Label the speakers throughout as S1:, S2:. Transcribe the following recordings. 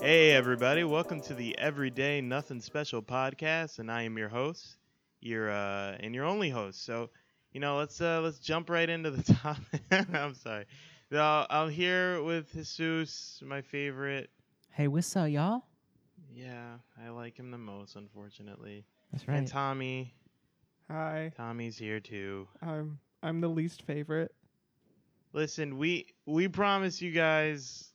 S1: everybody. Welcome to the Everyday Nothing Special podcast, and I am your host, your uh, and your only host. So, you know, let's uh, let's jump right into the top. I'm sorry. Now, I'm here with Jesus, my favorite.
S2: Hey, what's up, y'all?
S1: Yeah, I like him the most, unfortunately.
S2: That's
S1: And
S2: right.
S1: Tommy.
S3: Hi,
S1: Tommy's here too.
S3: I'm I'm the least favorite.
S1: Listen, we we promise you guys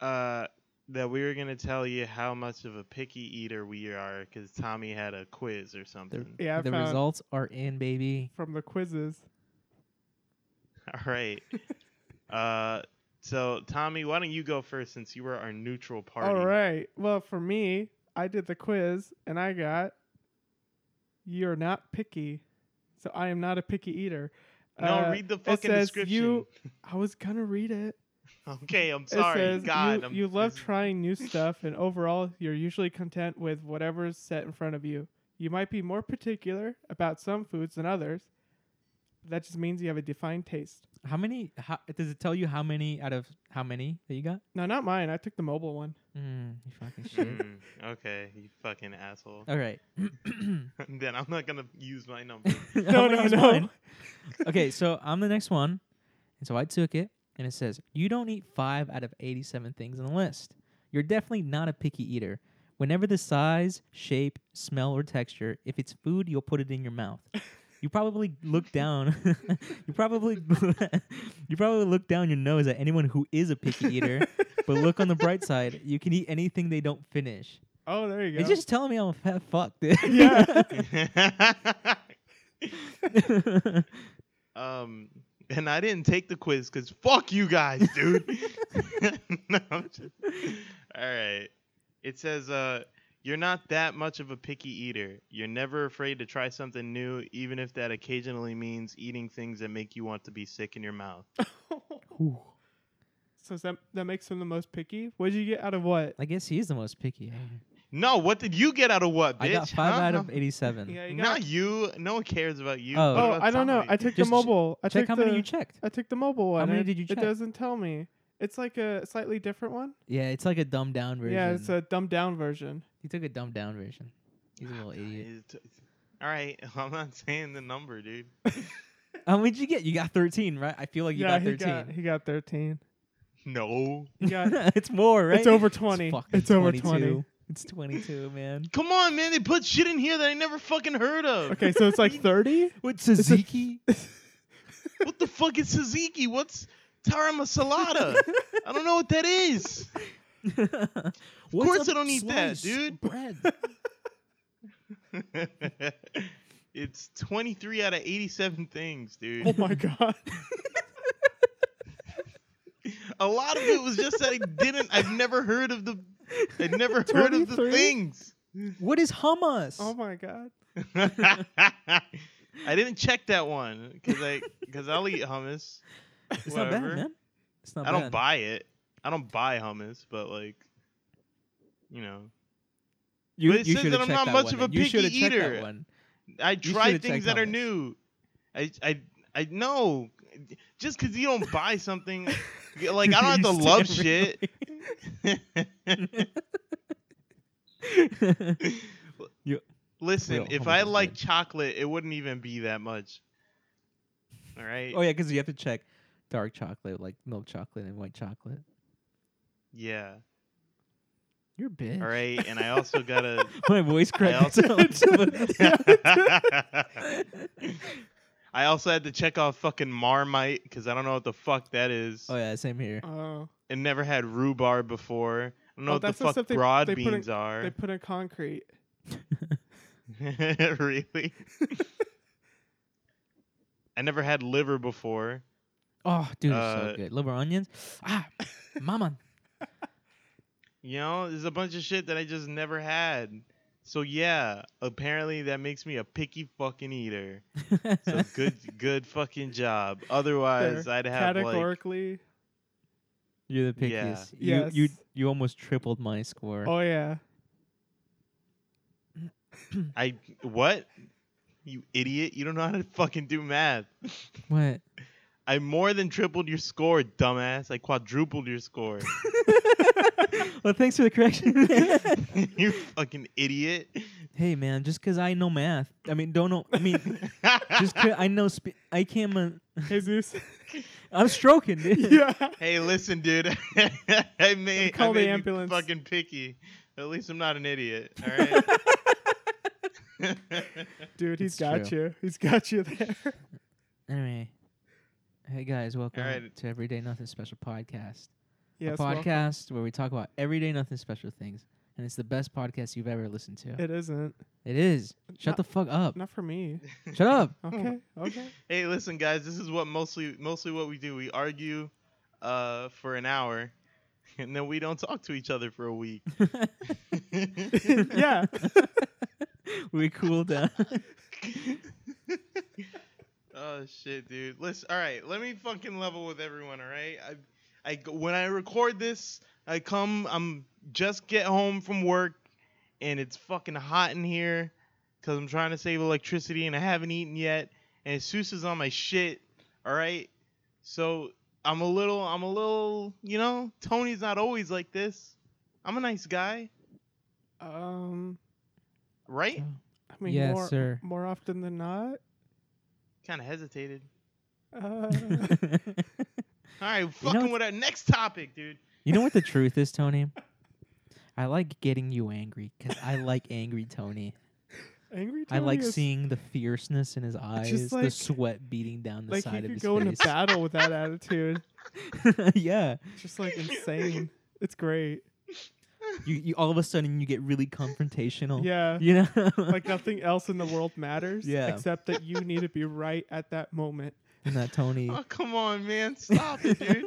S1: uh that we were gonna tell you how much of a picky eater we are because Tommy had a quiz or something.
S3: Yeah, I
S2: the
S3: found
S2: results are in, baby.
S3: from the quizzes.
S1: All right. uh so Tommy, why don't you go first since you were our neutral party?
S3: All right. Well, for me, I did the quiz and I got you're not picky, so I am not a picky eater.
S1: No,
S3: Uh,
S1: read the
S3: it
S1: fucking
S3: says
S1: description.
S3: You, I was gonna read it.
S1: okay, I'm
S3: It
S1: sorry.
S3: says,
S1: God,
S3: you,
S1: I'm,
S3: you love
S1: this-
S3: trying new stuff, and overall, you're usually content with whatever's set in front of you. You might be more particular about some foods than others. That just means you have a defined taste.
S2: How many? How, does it tell you how many out of how many that you got?
S3: No, not mine. I took the mobile one.
S2: Mm, you fucking shit.
S1: Mm, okay, you fucking asshole.
S2: All right.
S1: then I'm not gonna use my number.
S2: no, no, no. okay, so I'm the next one. And so I took it, and it says, You don't eat five out of 87 things on the list. You're definitely not a picky eater. Whenever the size, shape, smell, or texture, if it's food, you'll put it in your mouth. You probably look down. you probably you probably look down your nose at anyone who is a picky eater. but look on the bright side, you can eat anything they don't finish.
S3: Oh, there you go.
S2: It's just telling me I'm a fat fuck, dude.
S3: Yeah.
S1: Um, and I didn't take the quiz because fuck you guys, dude. No, I'm just- All right. It says, uh, you're not that much of a picky eater. You're never afraid to try something new, even if that occasionally means eating things that make you want to be sick in your mouth.
S3: so is that that makes him the most picky. What did you get out of what?
S2: I guess he is the most picky. eater.
S1: No, what did you get out of what, bitch?
S2: I got five
S1: Huh?
S2: out of 87.
S3: you
S1: Not you. No one cares about you.
S2: Oh.
S1: What
S3: Oh,
S1: about
S3: I don't know.
S1: Tommy?
S3: I took
S2: Just
S3: the mobile. I
S2: Check
S3: took
S2: how
S3: the,
S2: many you checked.
S3: I took the mobile one.
S2: many
S3: It-
S2: did you check?
S3: It doesn't tell me. It's like a slightly different one.
S2: Yeah, it's like a dumbed down version.
S3: Yeah, it's a Ah, dumbed down version.
S2: he took a dumbed down version. He's a little idiot.
S1: It's- it's- All right, I'm not saying the number, dude.
S2: How many did you get? You got 13, right? I feel like Oh, you
S3: yeah,
S2: got
S3: he got
S2: 13.
S3: he got thirteen.
S1: No.
S3: He got
S2: it's more, right?
S3: it's over twenty. It's,
S2: fucking
S3: over twenty.
S2: 22. It's 22, man.
S1: Come on, man. They put shit in here that I never fucking heard of.
S3: Okay, so it's like thirty.
S2: What,
S3: a-
S2: Suzuki?
S1: What the fuck is tzatziki? What's tara masalada? I don't know what that is.
S2: of
S1: course I don't eat that, dude.
S2: Bread.
S1: it's 23 out of 87 things,
S3: oh
S1: dude.
S3: my god.
S1: A lot of it was just that I didn't. I've never heard of the. I've never heard of the
S3: 23?
S1: things.
S2: what is hummus?
S3: Oh my god.
S1: I didn't check that one because I because I'll eat hummus.
S2: it's not bad,
S1: whatever.
S2: man. It's not
S1: I
S2: bad.
S1: don't buy it. I don't buy hummus, but like, you know,
S2: You,
S1: But it
S2: you
S1: says
S2: should've
S1: that I'm
S2: checked
S1: not
S2: that
S1: much
S2: one
S1: of a
S2: then. You should've
S1: picky
S2: checked that
S1: eater.
S2: one.
S1: I try
S2: should've
S1: things
S2: checked
S1: that are
S2: hummus.
S1: new. I I I know. Just because you don't buy something, like I don't have to love
S2: You're used every
S1: shit.
S2: week.
S1: Listen,
S2: Real
S1: if
S2: hummus
S1: I
S2: is
S1: like
S2: good.
S1: chocolate, it wouldn't even be that much. All right.
S2: oh yeah, because you have to check dark chocolate, like milk chocolate and white chocolate.
S1: yeah.
S2: You're a bitch.
S1: All right. And I also gotta.
S2: My voice cracked.
S1: also- I also had to check off fucking Marmite because I don't know what the fuck that is.
S2: oh yeah, same here.
S3: Oh,
S1: and never had rhubarb before. I don't know
S3: Oh,
S1: what the
S3: that's the
S1: fuck
S3: stuff they-
S1: broad
S3: they put in-
S1: beans
S3: they
S1: are.
S3: put in concrete.
S1: really? I never had liver before.
S2: Oh, dude, it's
S1: Uh,
S2: so good. Liver onions. Ah, mama.
S1: You know, there's a bunch of shit that I just never had. So yeah, apparently that makes me a picky fucking eater. So good, good fucking job. Otherwise,
S3: There.
S1: I'd have like
S3: Categorically.
S2: You're the
S1: Yeah.
S2: pickiest. You, you
S3: Yes.
S2: you almost tripled my score.
S3: oh yeah.
S1: I what? You idiot! You don't know how to fucking do math.
S2: What?
S1: I more than tripled your score, dumbass. I quadrupled your score.
S2: well, thanks for the correction.
S1: you fucking idiot.
S2: hey, man, just because I know math, I mean, don't know. I mean, just 'cause I know. Spe- I can't. mon-
S3: Jesus.
S2: I'm stroking, dude.
S3: yeah.
S1: hey, listen, dude. I may I
S3: Call the
S1: may be
S3: ambulance.
S1: Fucking picky. At least I'm not an idiot. All right.
S3: Dude, he's
S2: It's
S3: got
S2: true.
S3: you. He's got you there.
S2: Anyway, hey guys, welcome
S1: right.
S2: to Everyday Nothing Special podcast.
S3: Yes.
S2: a
S3: well,
S2: podcast where we talk about everyday nothing special things, and it's the best podcast you've ever listened to.
S3: it isn't.
S2: it is. Shut
S3: Not-
S2: the fuck up.
S3: Not for me.
S2: Shut up.
S3: Okay. Okay.
S1: hey, listen, guys. This is what mostly mostly what we do. We argue uh, for an hour, and then we don't talk to each other for a week.
S3: yeah.
S2: we cool down.
S1: oh shit, dude. Listen, all right. Let me fucking level with everyone. All right. I, I go- when I record this, I come. I'm just get home from work, and it's fucking hot in here because I'm trying to save electricity, and I haven't eaten yet. And Seuss is on my shit. All right. So I'm a little. I'm a little. You know, Tony's not always like this. I'm a nice guy,
S3: Um.
S1: right?
S3: I mean,
S2: Yes,
S3: more,
S2: sir.
S3: more often than not.
S1: Kind of hesitated.
S3: Uh,
S1: All right, fucking
S2: it's-
S1: with our next topic, dude.
S2: you know what the truth is, Tony? I like getting you angry because I like angry Tony.
S3: angry.
S2: I
S3: Tony
S2: like
S3: is-
S2: seeing the fierceness in his eyes, the
S3: like-
S2: sweat beating down the
S3: Like he
S2: side of
S3: could
S2: his
S3: go into
S2: face.
S3: battle with that attitude.
S2: yeah,
S3: It's just like insane. It's great.
S2: you, you all of a sudden you get really confrontational.
S3: Yeah.
S2: you know,
S3: Like nothing else in the world matters.
S2: Yeah.
S3: Except that you need to be right at that moment.
S2: and that Tony.
S1: Oh, come on, man. Stop it, dude.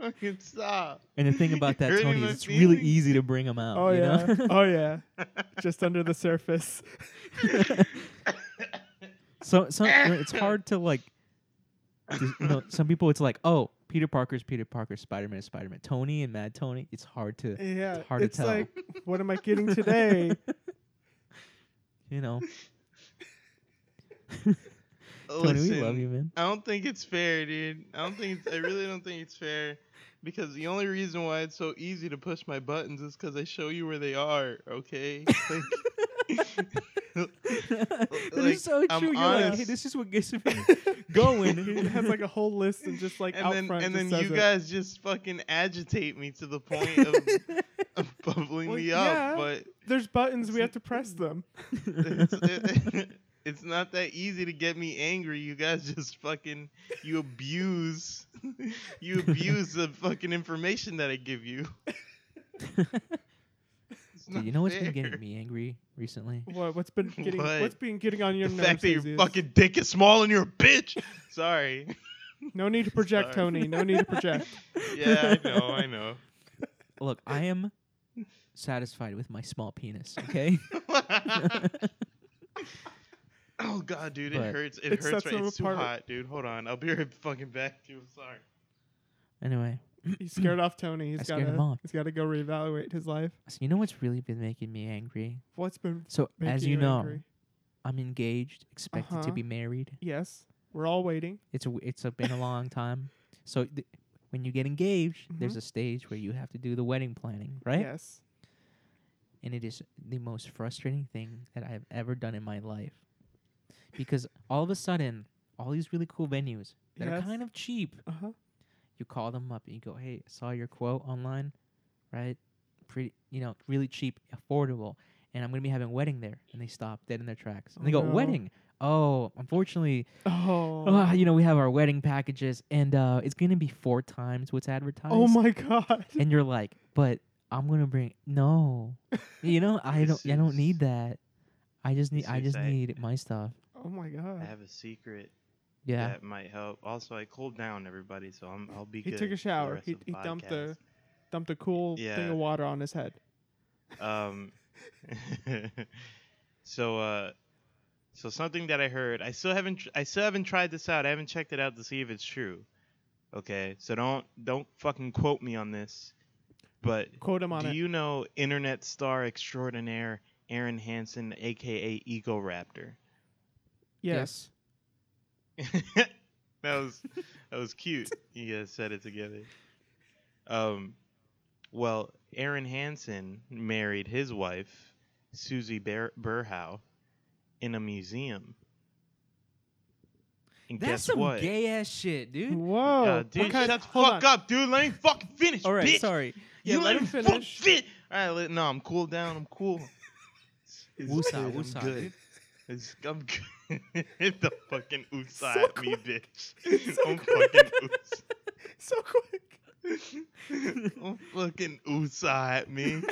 S1: Fucking stop.
S2: And the thing about that,
S1: Hurting
S2: Tony,
S1: my
S2: is it's really
S1: feelings.
S2: easy to bring him out.
S3: Oh
S2: you
S3: yeah.
S2: know?
S3: oh yeah. Just under the surface.
S2: so, so it's hard to like. dis- You know, some people it's like, oh, Peter Parker's Peter Parker, Spider Man is Spider Man, Tony and Mad Tony. It's hard to,
S3: Yeah.
S2: It's hard to
S3: it's
S2: tell.
S3: like, what am I getting today?
S2: you know. Tony,
S1: Listen,
S2: we love you, man.
S1: I don't think it's fair, dude. I don't think it's, I really don't think it's fair because the only reason why it's so easy to push my buttons is because I show you where they are, okay? Like,
S2: that is
S1: like,
S2: so true.
S1: I'm
S2: You're like, hey,
S1: honest.
S2: this is what gets me
S3: he
S2: going.
S3: has like a whole list and just like
S1: and
S3: out
S1: then,
S3: front
S1: and
S3: just
S1: then you
S3: says it.
S1: guys just fucking agitate me to the point of, of bubbling
S3: Well,
S1: me up,
S3: yeah.
S1: but
S3: There's buttons. We have to press them.
S1: it's, it, it's not that easy to get me angry. You guys just fucking you abuse you abuse the fucking information that I give you. It's
S2: Dude,
S1: not
S2: you know what's
S1: fair.
S2: been getting me angry recently?
S3: What? What's been getting?
S1: What?
S3: What's been getting on your
S1: The
S3: nerves?
S1: fact that your
S3: Izzy?
S1: fucking dick is small and you're a bitch. Sorry.
S3: No need to
S1: Sorry.
S3: project, Tony. No need to project.
S1: Yeah, I know, I know.
S2: Look, I am satisfied with my small penis. Okay.
S1: oh god, dude, it
S2: But-
S1: hurts. It,
S3: It
S1: hurts.
S3: sets
S1: Right.
S3: them
S1: It's too
S3: apart.
S1: hot, dude. Hold on, I'll be right fucking back to you. I'm sorry.
S2: anyway,
S3: He scared off Tony.
S2: I
S3: He's got
S2: scared him off.
S3: to. He's got to go reevaluate his life.
S2: so you know what's really been making me angry?
S3: What's been
S2: So
S3: making
S2: as you know,
S3: angry?
S2: I'm engaged, expected
S3: Uh-huh.
S2: to be married.
S3: Yes, we're all waiting.
S2: It's a, it's a, been a long time. So th- when you get engaged, there's
S3: Mhm.
S2: a stage where you have to do the wedding planning, right?
S3: Yes.
S2: And it is the most frustrating thing that I have ever done in my life. Because all of a sudden, all these really cool venues that are
S3: Yes.
S2: kind of cheap,
S3: Uh huh.
S2: you call them up and you go, "Hey, I saw your quote online, right? Pretty, you know, really cheap, affordable, and I'm gonna be having a wedding there." And they stop dead in their tracks and they
S3: Oh,
S2: go,
S3: no.
S2: "Wedding? Oh, unfortunately,
S3: Oh.
S2: ah, you know, we have our wedding packages, and uh, it's gonna be four times what's advertised."
S3: oh my god.
S2: And you're like, "But I'm gonna bring no, you know, I don't, I don't need that. I just need, I
S1: Suits,
S2: just
S1: I-
S2: need my stuff."
S3: Oh my
S1: I
S3: god.
S1: have a secret
S2: Yeah,
S1: that might help. Also, I cooled down everybody, so I'm, I'll be.
S3: He
S1: good for
S3: took
S1: the
S3: a shower.
S1: rest
S3: He
S1: of
S3: he dumped
S1: podcast.
S3: a dumped a cool thing
S1: Yeah.
S3: of water on his head.
S1: Um, so uh, so something that I heard, I still haven't, tr- I still haven't tried this out. I haven't checked it out to see if it's true. Okay, so don't don't fucking quote me on this. But
S3: Quote him on
S1: do
S3: it.
S1: you know internet star extraordinaire Aaron Hansen, aka Eco Raptor?
S3: yes.
S1: that was that was cute. You guys said it together. Um, Well, Aaron Hansen married his wife, Susie Ber- Burhow, in a museum. And
S2: That's
S1: guess
S2: some Oh,
S1: what?
S2: gay ass shit, dude.
S3: Whoa.
S1: Yeah, dude,
S3: What kind-
S1: shut the
S3: hold
S1: fuck
S3: on.
S1: up, dude. Let me fucking finish.
S2: All right,
S1: bitch.
S2: sorry.
S3: Yeah,
S1: you
S3: let
S1: let
S3: him
S1: me fucking
S3: finish.
S1: fin- All right, let, no, I'm cool down. I'm cool. It's
S2: Woosah,
S1: good, I'm
S2: woosah,
S1: good.
S2: dude.
S1: It's, I'm good. Hit the fucking oosah
S3: So
S1: at me, bitch.
S3: So
S1: I'm
S3: quick.
S1: fucking oosah.
S3: so quick.
S1: Don't fucking oosah at me.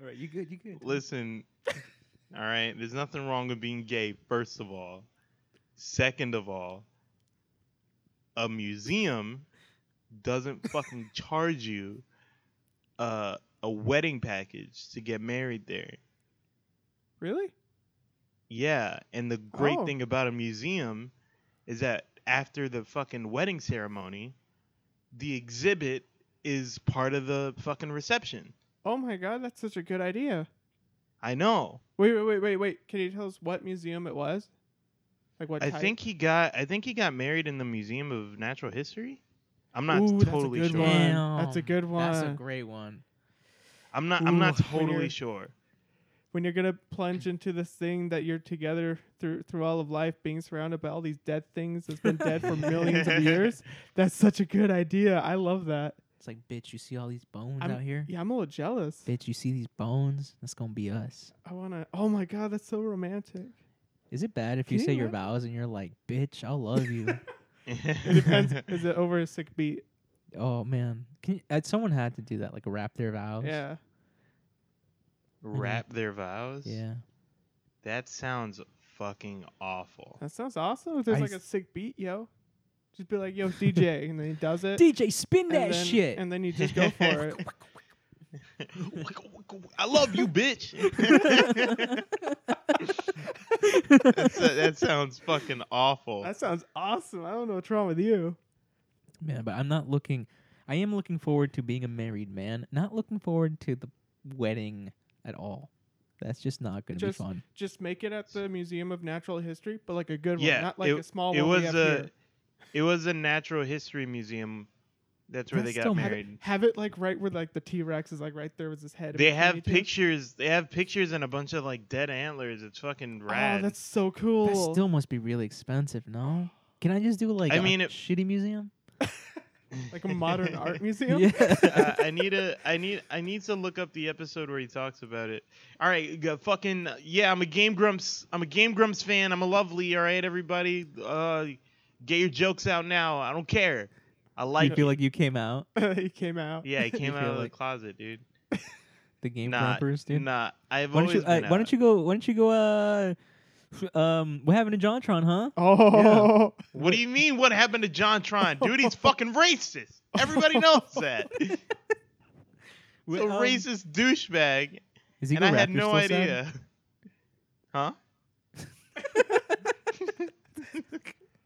S2: All right, you good? You good?
S1: Listen, all right, there's nothing wrong with being gay, first of all. Second of all, a museum doesn't fucking charge you uh, a wedding package to get married there.
S3: Really?
S1: Yeah, and the great
S3: Oh.
S1: thing about a museum is that after the fucking wedding ceremony, the exhibit is part of the fucking reception.
S3: Oh my god, that's such a good idea.
S1: I know.
S3: Wait, wait, wait, wait, wait. Can you tell us what museum it was? Like what
S1: I
S3: type?
S1: think he got I think he got married in the Museum of Natural History. I'm not
S3: Ooh, that's a
S1: totally
S3: good
S1: sure.
S3: one. That's a
S2: Damn,
S3: good
S2: That's a
S3: one.
S2: great one.
S1: I'm not I'm not
S3: Ooh, when
S1: totally
S3: you're-
S1: sure.
S3: when you're gonna plunge into this thing that you're together through through all of life, being surrounded by all these dead things that's been dead for millions of years. That's such a good idea. I love that.
S2: It's like, bitch, you see all these bones
S3: I'm-
S2: out here?
S3: Yeah, I'm a little jealous.
S2: Bitch, you see these bones? That's gonna be us.
S3: I wanna. Oh my god, that's so romantic.
S2: Is it bad if
S3: Can
S2: you
S3: you
S2: say your
S3: imagine?
S2: vows and you're like, bitch, I love you?
S3: It depends. Is it over a sick beat?
S2: oh man, Can you, uh, someone had to do that, like wrap their vows.
S3: Yeah.
S1: Wrap their vows?
S2: yeah.
S1: That sounds fucking awful.
S3: That sounds awesome. If there's
S2: I
S3: like a
S2: s-
S3: sick beat, yo, just be like, yo, DJ, and then he does it.
S2: DJ, spin
S3: and
S2: that
S3: then,
S2: shit.
S3: And then you just go for it. Uh,
S1: I love you, bitch. That's- that sounds fucking awful.
S3: That sounds awesome. I don't know what's wrong with you.
S2: man, but I'm not looking. I am looking forward to being a married man. Not looking forward to the wedding at all. That's just not gonna
S3: Just
S2: be fun.
S3: Just make it at the Museum of Natural History, but like a good
S1: Yeah,
S3: one, not like
S1: it-
S3: a small
S1: it
S3: one. we
S1: was
S3: have
S1: a
S3: here.
S1: it was a natural history museum. That's where
S2: That's
S1: they
S2: still
S1: got
S2: mad-
S1: married.
S3: Have it like right where like the T Rex is like right there with his head. in
S1: They
S3: between
S1: have
S3: you two.
S1: pictures. They have pictures and a bunch of like dead antlers. It's fucking rad.
S3: Oh, that's so cool.
S2: That still must be really expensive. No, can I just do like
S1: I
S2: a
S1: mean, it-
S2: shitty museum?
S3: like a modern art museum.
S2: Yeah.
S1: Uh, I I need a. I need. I need to look up the episode where he talks about it. All right, g- fucking yeah. I'm a Game Grumps. I'm a Game Grumps fan. I'm a lovely. All right, everybody. Uh, get your jokes out now. I don't care. I
S2: Do
S1: like.
S2: you feel like you came out
S3: he came out.
S1: yeah, he came
S2: you
S1: out
S2: feel
S1: of
S2: like-
S1: the closet, dude.
S2: the game
S1: Nah,
S2: Grumpers, dude?
S1: Nah, I've
S2: why don't
S1: always
S2: you? Uh,
S1: been
S2: why
S1: out.
S2: don't you go? Why don't you go? Uh, f- um, what happened to Jontron, huh?
S3: Oh,
S1: What do you mean? What happened to John Tron, dude? He's fucking racist. Everybody knows that. He's
S2: Wh-
S1: a
S2: um,
S1: racist douchebag,
S2: Is
S1: and
S2: Eagle
S1: I had
S2: Raptor
S1: no
S2: still sad?
S1: idea. Huh?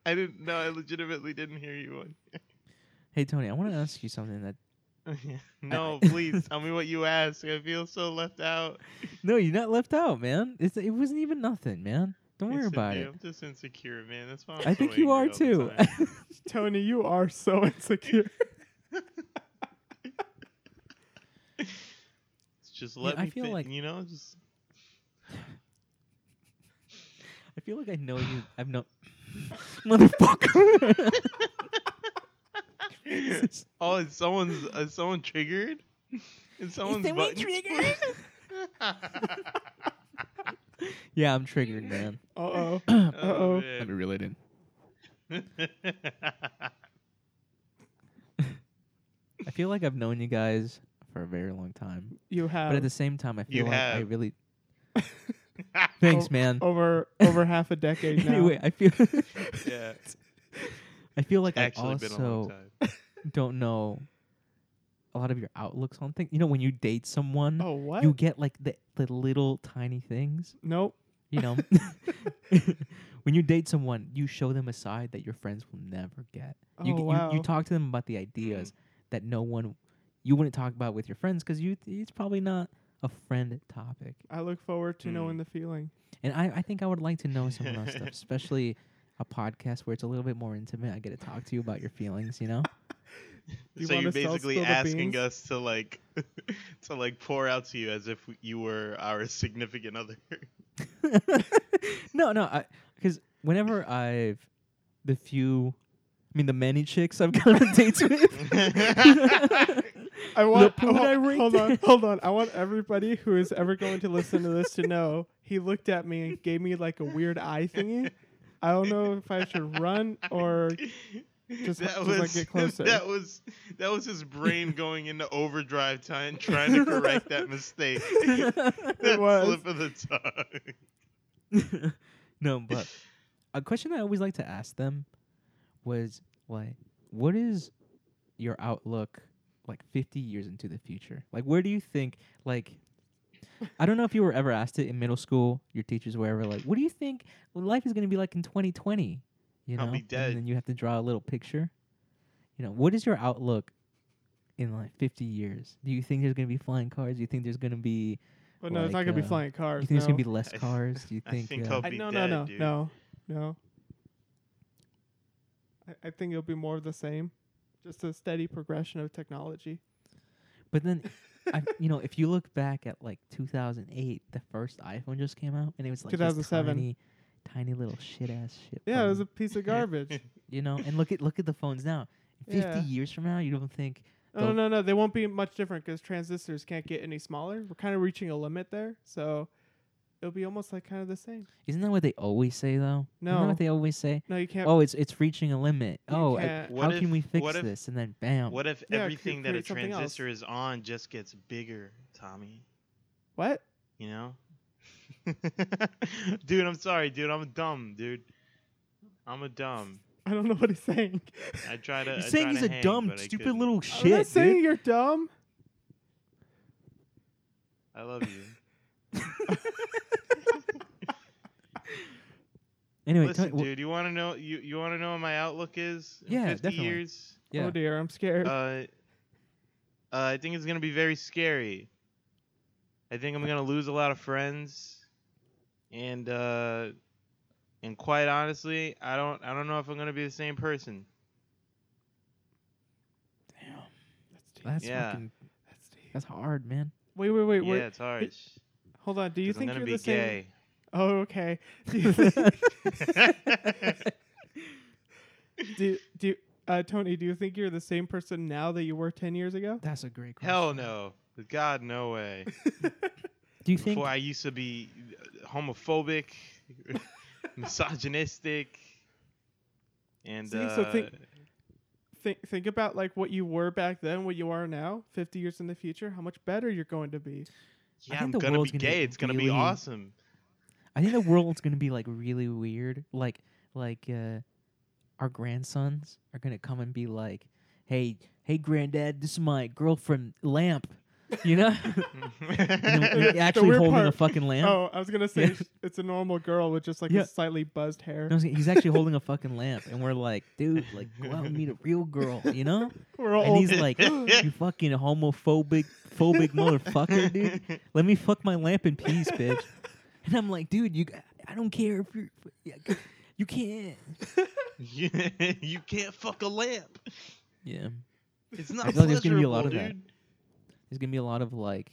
S1: I didn't know. I legitimately didn't hear you.
S2: Hey Tony, I want to ask you something that.
S1: no, please tell me what you asked. I feel so left out.
S2: No, you're not left out, man. It's, it wasn't even nothing, man. Don't worry
S1: It's
S2: about
S1: okay,
S2: it.
S1: I'm just insecure, man. That's why I'm
S2: I
S1: so
S2: think you are
S1: angry all
S2: too.
S1: the time.
S3: Tony, you are so insecure.
S1: just
S2: Yeah,
S1: let
S2: I
S1: me
S2: feel
S1: think,
S2: like-
S1: you know, just
S2: I feel like I know you. I've no motherfucker. Jesus.
S1: Oh, is someone's is someone triggered? Is someone's
S2: someone
S1: button-
S2: triggered? yeah, I'm triggered, man.
S3: Uh oh.
S1: oh,
S3: Uh-oh.
S1: man.
S2: reel it in. I feel like I've known you guys for a very long time,
S3: You have
S2: but at the same time, I feel
S1: You
S2: like I
S1: have.
S2: really thanks, man.
S3: over over half a decade Oh, now.
S2: anyway, I feel
S1: yeah, it's
S2: I feel like I
S1: actually been a long
S2: also
S1: time.
S2: don't know a lot of your outlooks on things. You know, when you date someone,
S3: oh what?
S2: you get like the the little tiny things.
S3: nope.
S2: You know, when you date someone, you show them a side that your friends will never get. you,
S3: Oh,
S2: you-
S3: wow. Mm-hmm.
S2: you talk to them about the ideas that no one you wouldn't talk about with your friends because you it's probably not a friend topic.
S3: I look forward to
S1: Hmm.
S3: knowing the feeling.
S2: And I, I think I would like to know some of that stuff, especially a podcast where it's a little bit more intimate. I get to talk to you about your feelings, you know?
S3: Do you
S1: so
S3: want
S1: you're
S3: us to all
S1: basically
S3: spill the
S1: asking
S3: beans?
S1: us to like to like pour out to you as if you were our significant other.
S2: no, no, because whenever I've the few, I mean the many chicks I've gone on dates with. The
S3: I want, I want-
S2: poon I
S3: hold on,
S2: raked.
S3: hold on. I want everybody who is ever going to listen to this to know he looked at me and gave me like a weird eye thingy. I don't know if I should run or just like, get closer.
S1: That was that was his brain going into overdrive, time trying to correct that mistake. That
S3: was.
S1: slip of the tongue.
S2: no, but a question I always like to ask them was like, what is your outlook like 50 years into the future? Like, where do you think, like, I don't know if you were ever asked it in middle school, your teachers were ever like, what do you think life is going to be like in 2020? You know,
S1: I'll be dead.
S2: and then you have to draw a little picture. You know, what is your outlook in like 50 years? Do you think there's going to be flying cars? Do you think there's going to be,
S3: But no, it's not
S2: like,
S3: gonna be
S2: uh,
S3: flying
S2: do
S3: cars.
S2: you think there's
S3: no.
S2: going to be less
S1: I-
S2: cars? Do you
S1: I
S2: think,
S1: think
S2: uh,
S1: I'll
S3: I,
S1: be
S3: no,
S1: dead,
S3: no, no,
S1: dude.
S3: no, no, I, I think it'll be more of the same, just a steady progression of technology.
S2: But then, I, you know, if you look back at like 2008, the first iPhone just came out, and it was like 2007,
S3: 2007.
S2: tiny, tiny little shit ass shit.
S3: Yeah, it was a
S2: phone,
S3: piece of garbage.
S2: you know. And look at look at the phones now. Fifty
S3: Yeah.
S2: years from now, you don't think
S3: No,
S2: The-
S3: no, no. They won't be much different because transistors can't get any smaller. We're kind of reaching a limit there, so it'll be almost like kind of the same.
S2: isn't that what they always say though? isn't that
S3: No.
S2: what they always say.
S3: No, you can't.
S2: Oh, it's it's reaching a limit.
S3: you
S2: oh, I-
S3: can't-
S1: What
S2: how
S1: if-
S2: can we fix
S1: what if-
S2: this? Um, And then bam.
S1: What if
S3: Yeah, cre-
S1: everything that a
S3: create something else.
S1: transistor is on just gets bigger, Tommy?
S3: what?
S1: You know? dude, I'm sorry, dude. I'm dumb, dude. I'm a dumb.
S3: I don't know what he's saying.
S1: I try to.
S2: You're
S1: I
S2: saying
S1: try
S2: he's
S1: to
S2: a
S1: hang,
S2: dumb,
S1: but I
S2: stupid
S1: couldn't.
S2: little
S3: I'm
S2: shit,
S3: not
S2: dude.
S3: saying you're dumb.
S1: I love you.
S2: Anyway,
S1: Listen,
S2: tell- wh-
S1: dude. You want to know? You you want to know what my outlook is? in
S2: Yeah,
S1: 50
S2: definitely.
S1: years.
S2: yeah.
S3: Oh dear, I'm scared.
S1: Uh, uh, I think it's gonna be very scary. I think I'm gonna lose a lot of friends, and uh, and quite honestly, I don't I don't know if I'm gonna be the same person.
S3: that's
S2: that's
S3: deep.
S1: yeah.
S2: fucking
S3: That's deep.
S2: that's hard, man.
S3: Wait, wait, wait,
S1: yeah,
S3: wait.
S1: it's harsh.
S3: Hold on. Do you
S1: 'cause I'm
S3: think
S1: gonna
S3: you're
S1: be
S3: the same?
S1: gay.
S3: Oh, okay. Do you think- do do uh, Tony? Do you think you're the same person now that you were ten years ago?
S2: That's a great question.
S1: Hell no. God, no way.
S2: Do you think
S1: Before I used to be uh, homophobic, misogynistic, and
S3: See,
S1: uh,
S3: so think- Think think about like what you were back then, what you are now, fifty years in the future. How much better you're going to be.
S1: yeah,
S2: think
S1: I'm
S2: the
S1: gonna be
S2: world's gonna
S1: gay.
S2: get
S1: It's gonna be
S2: really-
S1: awesome.
S2: I think the world's gonna be like really weird. Like like uh our grandsons are gonna come and be like, Hey, hey granddad, this is my girlfriend lamp. You know? and then
S3: The-
S2: we're
S3: the
S2: actually
S3: weird
S2: holding a
S3: part-
S2: fucking lamp.
S3: Oh, I was gonna say
S2: Yeah.
S3: sh it's a normal girl with just like
S2: Yeah.
S3: a slightly buzzed hair.
S2: No, I'm saying he's actually holding a fucking lamp and we're like, dude, like go out and meet a real girl, you know?
S3: We're all
S2: And
S3: old.
S2: he's like,
S3: Oh,
S2: You fucking homophobic phobic motherfucker, dude. Let me fuck my lamp in peace, bitch. And I'm like, dude, you I don't care if you're you can't
S1: you you can't fuck a lamp.
S2: Yeah.
S1: It's not
S2: I feel like there's
S1: going to
S2: gonna be a lot of that.
S1: dude.
S2: there's gonna be a lot of like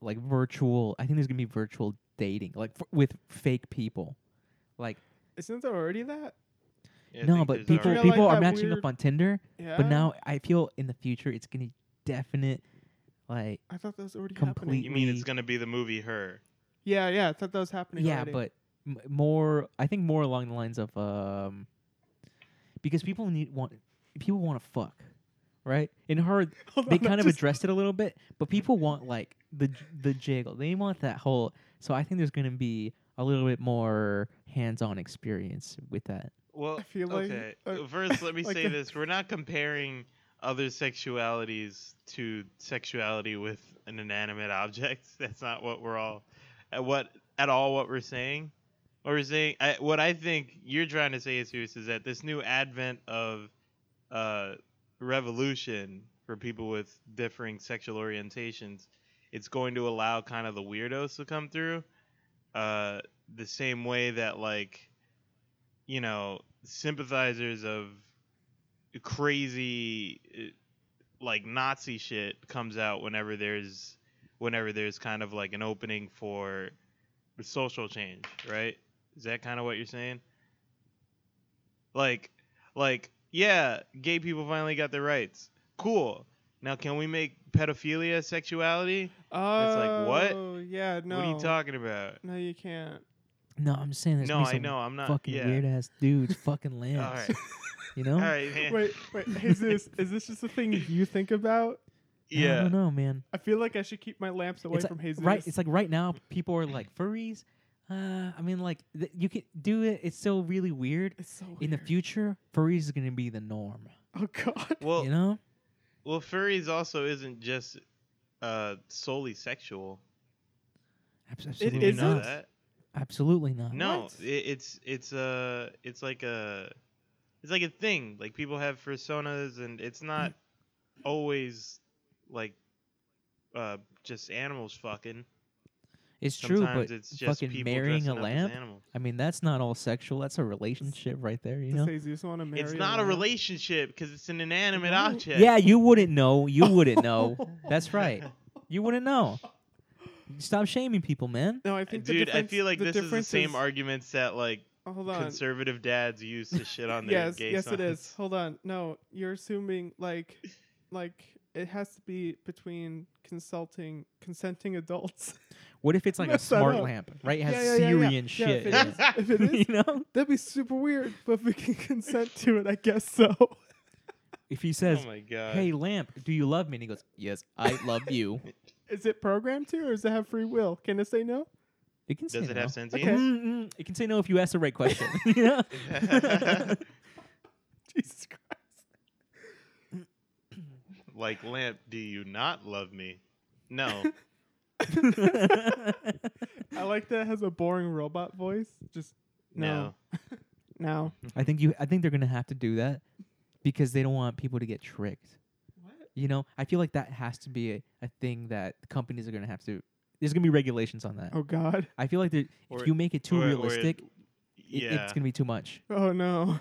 S2: like virtual i think there's gonna be virtual dating like f- with fake people like
S3: Isn't there already that?
S1: Yeah, I
S2: no
S1: think
S2: but
S1: there's
S2: people
S1: already-
S3: Yeah,
S2: people
S3: like
S2: are
S3: that
S2: matching
S3: weird-
S2: up on tinder
S3: Yeah.
S2: but now i feel in the future it's gonna be definite like
S3: I thought that was already
S2: Complete-
S3: happening.
S1: you mean it's
S2: we-
S1: going to be the movie Her?
S3: Yeah, yeah. I thought that was happening.
S2: yeah
S3: already.
S2: but m- more i think more along the lines of um because people need want people want to fuck right in her
S3: Hold
S2: they
S3: on, I
S2: kind of
S3: just-
S2: addressed it a little bit, but people want like the j- the jiggle. They want that whole. So I think there's going to be a little bit more hands-on experience with that.
S1: Well,
S3: I feel like-
S1: okay.
S3: uh,
S1: First, let me
S3: like
S1: say
S3: a-
S1: this: we're not comparing other sexualities to sexuality with an inanimate object. That's not what we're all, at what at all what we're saying. What we're saying, I, what I think you're trying to say, Jesus, is that this new advent of uh, revolution for people with differing sexual orientations, it's going to allow kind of the weirdos to come through. Uh, the same way that like you know sympathizers of crazy uh, like Nazi shit comes out whenever there's whenever there's kind of like an opening for social change, right? Is that kind of what you're saying? Like like yeah, gay people finally got their rights. Cool. Now can we make pedophilia a sexuality?
S3: Oh,
S1: like, what?
S3: Yeah, no.
S1: What are you talking about?
S3: No, you can't.
S2: No, I'm saying there's
S1: No,
S2: gonna be
S1: I
S2: some
S1: know. I'm not.
S2: fucking
S1: yeah.
S2: weird ass dudes fucking limbs.
S1: All right.
S2: You know?
S1: All right, man.
S3: Wait, wait. Is this is this just a thing you think about?
S2: I
S1: Yeah.
S2: don't know, man.
S3: I feel like I should keep my lamps away
S2: it's
S3: from
S2: like,
S3: Jesus.
S2: Right. It's like right now, people are like furries. Uh, I mean, like th- you can do it. It's still really weird.
S3: It's so
S2: In the
S3: weird.
S2: future, furries is gonna be the norm.
S3: Oh God.
S1: Well,
S2: you know?
S1: well, furries also isn't just uh solely sexual.
S2: Abs- Absolutely
S1: Did you know
S2: not.
S3: isn't?
S1: that?
S2: Absolutely not.
S1: No,
S3: What?
S1: it, it's it's uh it's like a it's like a thing. Like people have personas, and it's not always like uh just animals fucking.
S2: It's true,
S1: Sometimes
S2: but
S1: it's just
S2: fucking
S1: people
S2: marrying
S1: dressing
S2: a
S1: up as
S2: lamp.
S1: animals.
S2: I mean, that's not all sexual. That's a relationship right there. You know?
S3: Does Jesus want to marry?
S1: It's not a
S3: lamb?
S1: relationship because it's an inanimate
S3: No.
S1: object.
S2: Yeah, you wouldn't know. You wouldn't know. That's right. You wouldn't know. Stop shaming people, man.
S3: No, I think the
S1: dude, I
S3: difference-
S1: feel like
S3: the
S1: this is the
S3: difference
S1: same arguments that like
S3: Oh, Hold on.
S1: conservative dads use to shit on their
S3: yes,
S1: gay
S3: yes,
S1: sons.
S3: it is. Hold on. No, you're assuming like, like it has to be between consulting consenting adults.
S2: What if it's like a
S3: Mess that
S2: smart
S3: up.
S2: lamp, right? It has
S3: Yeah, yeah, yeah, yeah.
S2: Syrian
S3: Yeah,
S2: shit. in
S3: if it
S2: it.
S3: is, if it is
S2: you know,
S3: that'd be super weird. But we can consent to it, I guess so.
S2: if he says,
S1: Oh my god.
S2: "Hey, lamp, do you love me?" and he goes, "Yes, I love you,"
S3: Is it programmed to, or does it have free will? Can it say no?
S2: it can say
S1: Does it
S2: no.
S1: have sentience?
S3: Okay.
S2: Mm, mm, It can say no if you ask the right question. you know?
S3: Jesus Christ.
S1: like lamp, do you not love me? No.
S3: I like that it has a boring robot voice. Just
S1: no.
S3: no, no.
S2: I think you. I think they're gonna have to do that because they don't want people to get tricked.
S3: What?
S2: You know, I feel like that has to be a, a thing that companies are gonna have to. There's gonna be regulations on that.
S3: Oh God.
S2: I feel like there-
S1: Or-
S2: if you make it too
S1: Or- or it-
S2: realistic, it-
S1: yeah.
S2: it's gonna be too much.
S3: Oh no.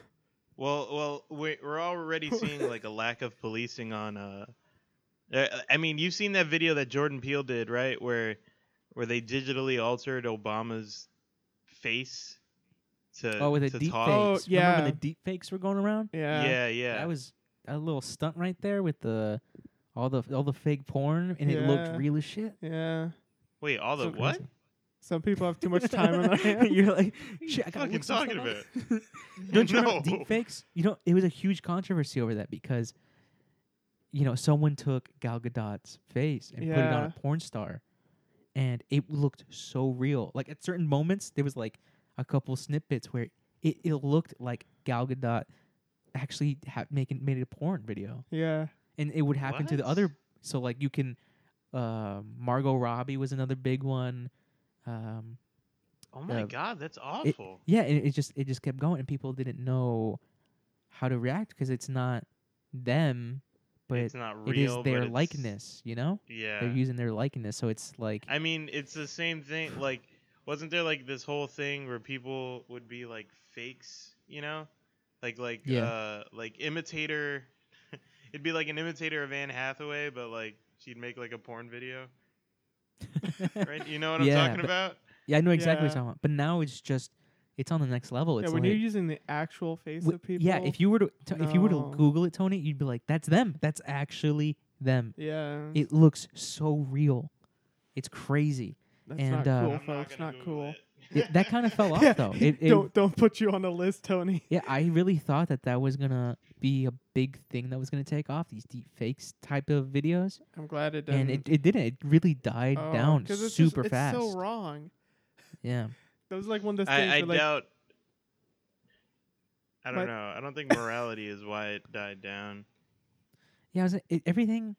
S1: well, well, we're, we're already seeing like a lack of policing on. Uh, uh, I mean, you've seen that video that Jordan Peele did, right? Where, where they digitally altered Obama's face to
S2: oh, with the
S1: to
S2: deep
S1: talk.
S3: Oh,
S2: fakes. Remember
S3: yeah.
S2: when the deep fakes were going around?
S3: Oh, Yeah.
S1: Yeah, yeah.
S2: That was a little stunt right there with the all the all the fake porn, and it
S3: Yeah.
S2: looked real as shit.
S3: Yeah.
S1: Wait, all the
S2: So
S1: what?
S2: crazy.
S3: Some people have too much time on their hands.
S2: You're like, shit, I
S1: you
S2: gotta
S1: fucking
S2: look some
S1: talking
S2: stuff up."
S1: about?
S2: Don't you
S1: no.
S2: remember deep fakes? You know, it was a huge controversy over that because, you know, someone took Gal Gadot's face and put it on
S3: Yeah.
S2: a porn star, and it looked so real. Like at certain moments, there was like a couple snippets where it, it looked like Gal Gadot actually ha- making made a porn video,
S3: yeah.
S2: and it would happen to the
S1: What?
S2: other. So like you can, uh, Margot Robbie was another big one. Um,
S1: Oh my
S2: Uh,
S1: god, that's awful.
S2: yeah and it just it just kept going and people didn't know how to react because it's not them but
S1: it's not
S2: it
S1: real.
S2: is
S1: but
S2: their
S1: it's-
S2: likeness you know
S1: Yeah.
S2: they're using their likeness so it's like
S1: I mean, it's the same thing. Like, wasn't there like this whole thing where people would be like fakes, you know, like like
S2: Yeah.
S1: uh like imitator. It'd be like an imitator of Anne Hathaway, but like she'd make like a porn video, right? You know what I'm
S2: Yeah,
S1: talking
S2: but-
S1: about?
S2: yeah i know exactly
S3: Yeah.
S2: what you're talking about but now it's just it's on the next level
S3: Yeah.
S2: it's
S3: When
S2: like
S3: you're using the actual face
S2: w-
S3: of people.
S2: yeah if you were to to- if you were
S3: No.
S2: to google it tony you'd be like that's them that's actually them
S3: Yeah.
S2: it looks so real it's crazy
S3: that's
S2: and,
S3: not
S2: uh,
S3: cool,
S1: I'm not
S3: folks.
S1: gonna
S3: Not
S1: Google
S3: cool.
S1: it.
S2: It- that kind of fell off
S3: Yeah,
S2: though it, it,
S3: don't don't put you on a list, Tony.
S2: Yeah, I really thought that that was gonna be a big thing that was gonna take off these deep fakes type of videos,
S3: I'm glad it
S2: and it, it didn't. It really died
S3: Oh,
S2: down
S3: 'cause it's just-
S2: super
S3: it's
S2: fast.
S3: so wrong.
S2: Yeah,
S3: That was like one of those things.
S1: I, I
S3: where, like,
S1: doubt. I
S3: My-
S1: don't know. I don't think morality is why it died down.
S2: yeah. I was, it, everything.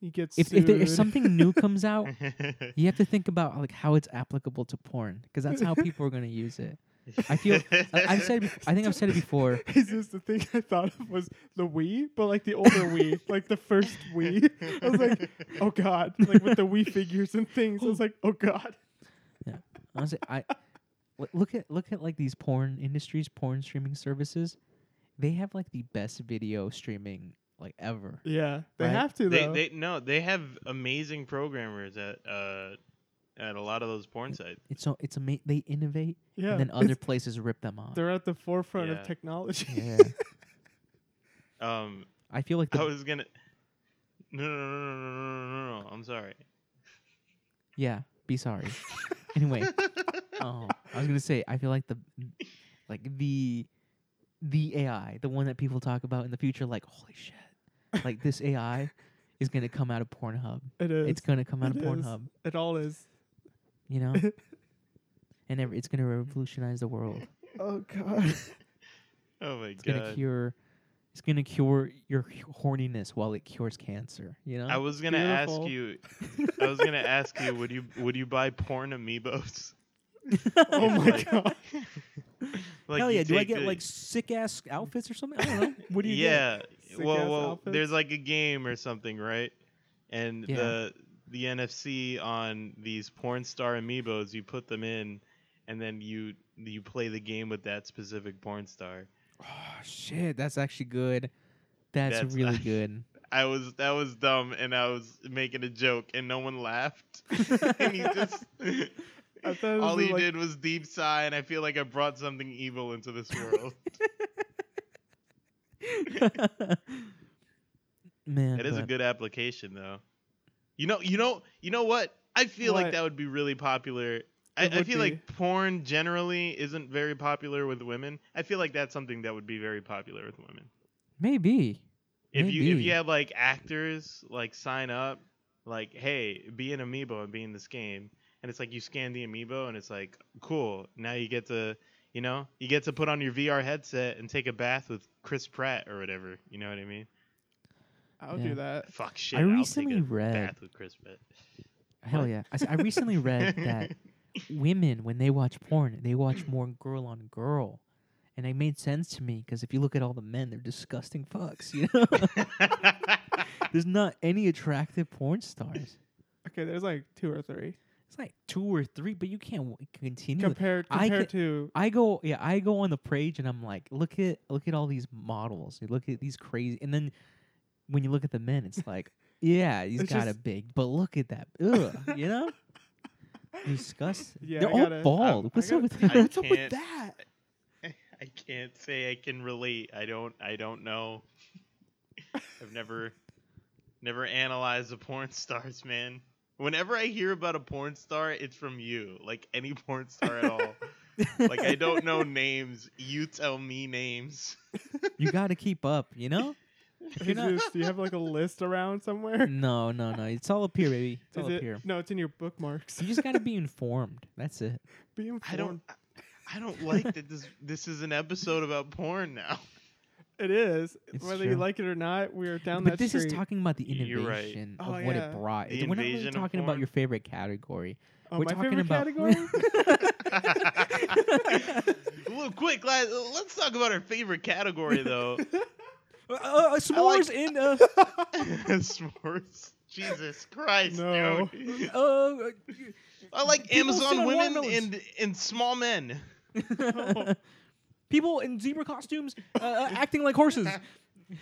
S3: you get
S2: If if, there, if
S3: sued.
S2: something new comes out, you have to think about like how it's applicable to porn because that's how people are gonna use it. I feel- I, I've said. bef- I think I've said it before.
S3: Is this the thing I thought of was the Wii, but like the older Wii, like the first Wii? I was like, oh god, like with the Wii figures and things. I was like, oh god.
S2: Honestly, I l- look at look at like these porn industries, porn streaming services. they have like the best video streaming like ever.
S3: Yeah, they
S2: Right?
S3: have to
S1: They,
S3: though.
S1: they no, they have amazing programmers at uh at a lot of those porn sites.
S2: It's so it's ama- they innovate
S3: yeah,
S2: and then
S3: it's-
S2: other places rip them off.
S3: they're at the forefront
S1: Yeah.
S3: of technology.
S2: Yeah.
S1: Um,
S2: I feel like the,
S1: I was gonna. No, no, no, no, no, no, no, no. I'm sorry.
S2: yeah, be sorry. anyway, oh, I was going to say I feel like the like the the AI, the one that people talk about in the future like holy shit. Like this AI is going to come out of Pornhub.
S3: It is.
S2: It's going to come out of
S3: It is.
S2: Pornhub,
S3: it all is.
S2: you know? and every, it's going to revolutionize the world.
S3: Oh god.
S1: Oh my
S2: It's gonna
S1: god.
S2: cure. It's gonna cure your h- horniness while it cures cancer. You know.
S1: I was gonna
S3: Beautiful.
S1: ask you. I was gonna ask you. Would you would you buy porn amiibos?
S3: oh
S1: It's
S3: my
S1: like-
S3: god.
S1: Like
S2: Hell
S1: you
S2: yeah! Do I
S1: take
S2: get
S1: the-
S2: like sick ass outfits or something? I don't know. What do you get?
S1: yeah.
S3: Sick
S1: Well,
S3: ass
S1: well,
S3: outfits.
S1: there's like a game or something, right? And
S2: Yeah.
S1: the the NFC on these porn star amiibos, you put them in, and then you you play the game with that specific porn star.
S2: Oh shit! That's actually good. That's,
S1: That's
S2: really
S1: act-
S2: good.
S1: I was that was dumb, and I was making a joke, and no one laughed. and he just
S3: I thought it
S1: all
S3: was
S1: he
S3: like-
S1: did was deep sigh, and I feel like I brought something evil into this world.
S2: Man,
S1: It is a
S2: but-
S1: good application, though. You know, you know, you know what? I feel like
S3: What?
S1: that would be really popular. I,
S3: It
S1: I
S3: would
S1: feel like porn generally isn't very popular with women. I feel like that's something that would be very popular with women.
S2: maybe.
S1: If you if
S2: Maybe.
S1: you had like actors like sign up, like hey, be an amiibo and be in this game, and it's like you scan the amiibo and it's like cool. Now you get to you know you get to put on your VR headset and take a bath with Chris Pratt or whatever. You know what I mean?
S3: I'll
S2: Yeah.
S3: do that.
S1: Fuck shit.
S2: I
S1: I'll take
S2: recently
S1: a
S2: read-
S1: bath with Chris Pratt.
S2: Hell
S1: What?
S2: yeah! I, s- I recently read that women, when they watch porn, they watch more girl on girl, and it made sense to me because if you look at all the men, they're disgusting fucks. You know. There's not any attractive porn stars.
S3: Okay, there's like two or three.
S2: It's like two or three, but you can't w- continue. with-
S3: Compared
S2: I
S3: compared
S2: ca-
S3: to
S2: I go, yeah, I go on the page and I'm like, look at look at all these models. You look at these crazy, and then when you look at the men, it's like, yeah, he's
S3: It's
S2: got a
S3: just-
S2: big, but look at that, ugh, you know, disgusting.
S3: Yeah,
S2: They're
S3: I
S2: all
S3: gotta- I-
S2: bald.
S1: I
S2: What's
S3: gotta-
S2: up with
S1: I
S2: what's up with
S1: can't-
S2: that?
S1: I can't say I can relate. I don't. I don't know. I've never, never analyzed the porn stars, man. Whenever I hear about a porn star, it's from you. Like any porn star at all. like I don't know names. You tell me names.
S2: You got to keep up, you know.
S3: Is
S2: If you're not,
S3: this- do you have like a list around somewhere?
S2: no, no, no. It's all up here, baby. It's
S3: Is
S2: all up
S3: it,
S2: here.
S3: no, it's in your bookmarks.
S2: You just got to be informed. That's it.
S3: Be informed.
S1: I don't. I, I don't like that. This this is an episode about porn now.
S3: It is
S2: It's
S3: whether
S2: true.
S3: you like it or not. We are down
S2: but
S3: that
S2: this
S3: street.
S2: is talking about the
S1: You're right.
S2: innovation
S3: Oh,
S2: of what
S3: yeah.
S2: it brought.
S1: The
S2: It- We're not
S1: invasion
S2: really
S1: of
S2: talking about
S1: porn.
S2: your favorite category.
S3: oh,
S2: We're
S3: my
S2: talking
S3: favorite
S2: about-
S3: category.
S1: Real quick, la- let's talk about our favorite category though.
S2: Uh, uh, s'mores in uh,
S1: S'mores. Jesus Christ,
S3: No.
S1: dude.
S2: uh,
S1: I like
S2: People sit
S1: Amazon
S2: on
S1: women
S2: watermelons.
S1: and and small men.
S2: uh, people in zebra costumes uh, uh, acting like horses.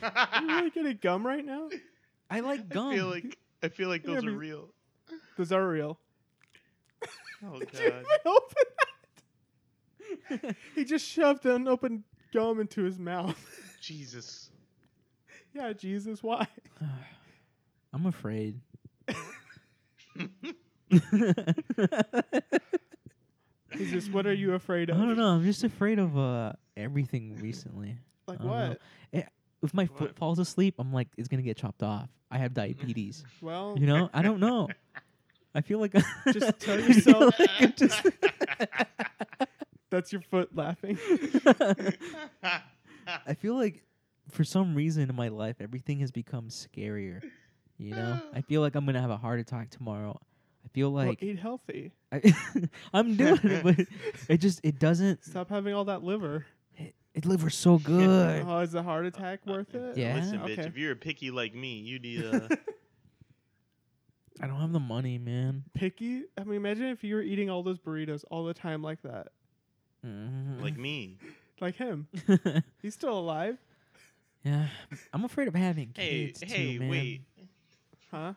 S3: Are you really getting gum right now?
S2: I like gum.
S1: I feel like I feel like
S3: Yeah,
S1: those are
S3: but-
S1: real.
S3: Those are real.
S1: Oh
S3: Did you
S1: god.
S3: even open that? he just shoved an open gum into his mouth.
S1: Jesus.
S3: yeah, Jesus, why?
S2: I'm afraid.
S3: He's just, what are you afraid
S2: I
S3: of?
S2: don't know. I'm just afraid of uh, everything recently.
S3: Like
S2: I don't know.
S3: what?
S2: If my
S1: What?
S2: foot falls asleep, I'm like, it's gonna get chopped off. I have diabetes.
S3: Well,
S2: You know, I don't know. I feel like
S3: Just tell
S2: I feel
S3: yourself-
S2: like I'm just-
S3: that's your foot laughing.
S2: I feel like for some reason in my life everything has become scarier. You know, I feel like I'm gonna have a heart attack tomorrow. I feel
S3: Well,
S2: like
S3: eat healthy.
S2: I, I'm doing it, but it just it doesn't.
S3: Stop having all that liver.
S2: It, it liver so good.
S3: Oh, is the heart attack worth it?
S2: Yeah.
S1: Listen, bitch,
S3: Okay.
S1: if you're a picky like me, uh, you need a
S2: I don't have the money, man.
S3: Picky? I mean, imagine if you were eating all those burritos all the time like that.
S2: Mm.
S1: like me.
S3: Like him. He's still alive.
S2: Mm-hmm. Yeah, I'm afraid of having
S1: Hey,
S2: kids
S1: hey,
S2: too, man.
S1: wait.
S3: Huh?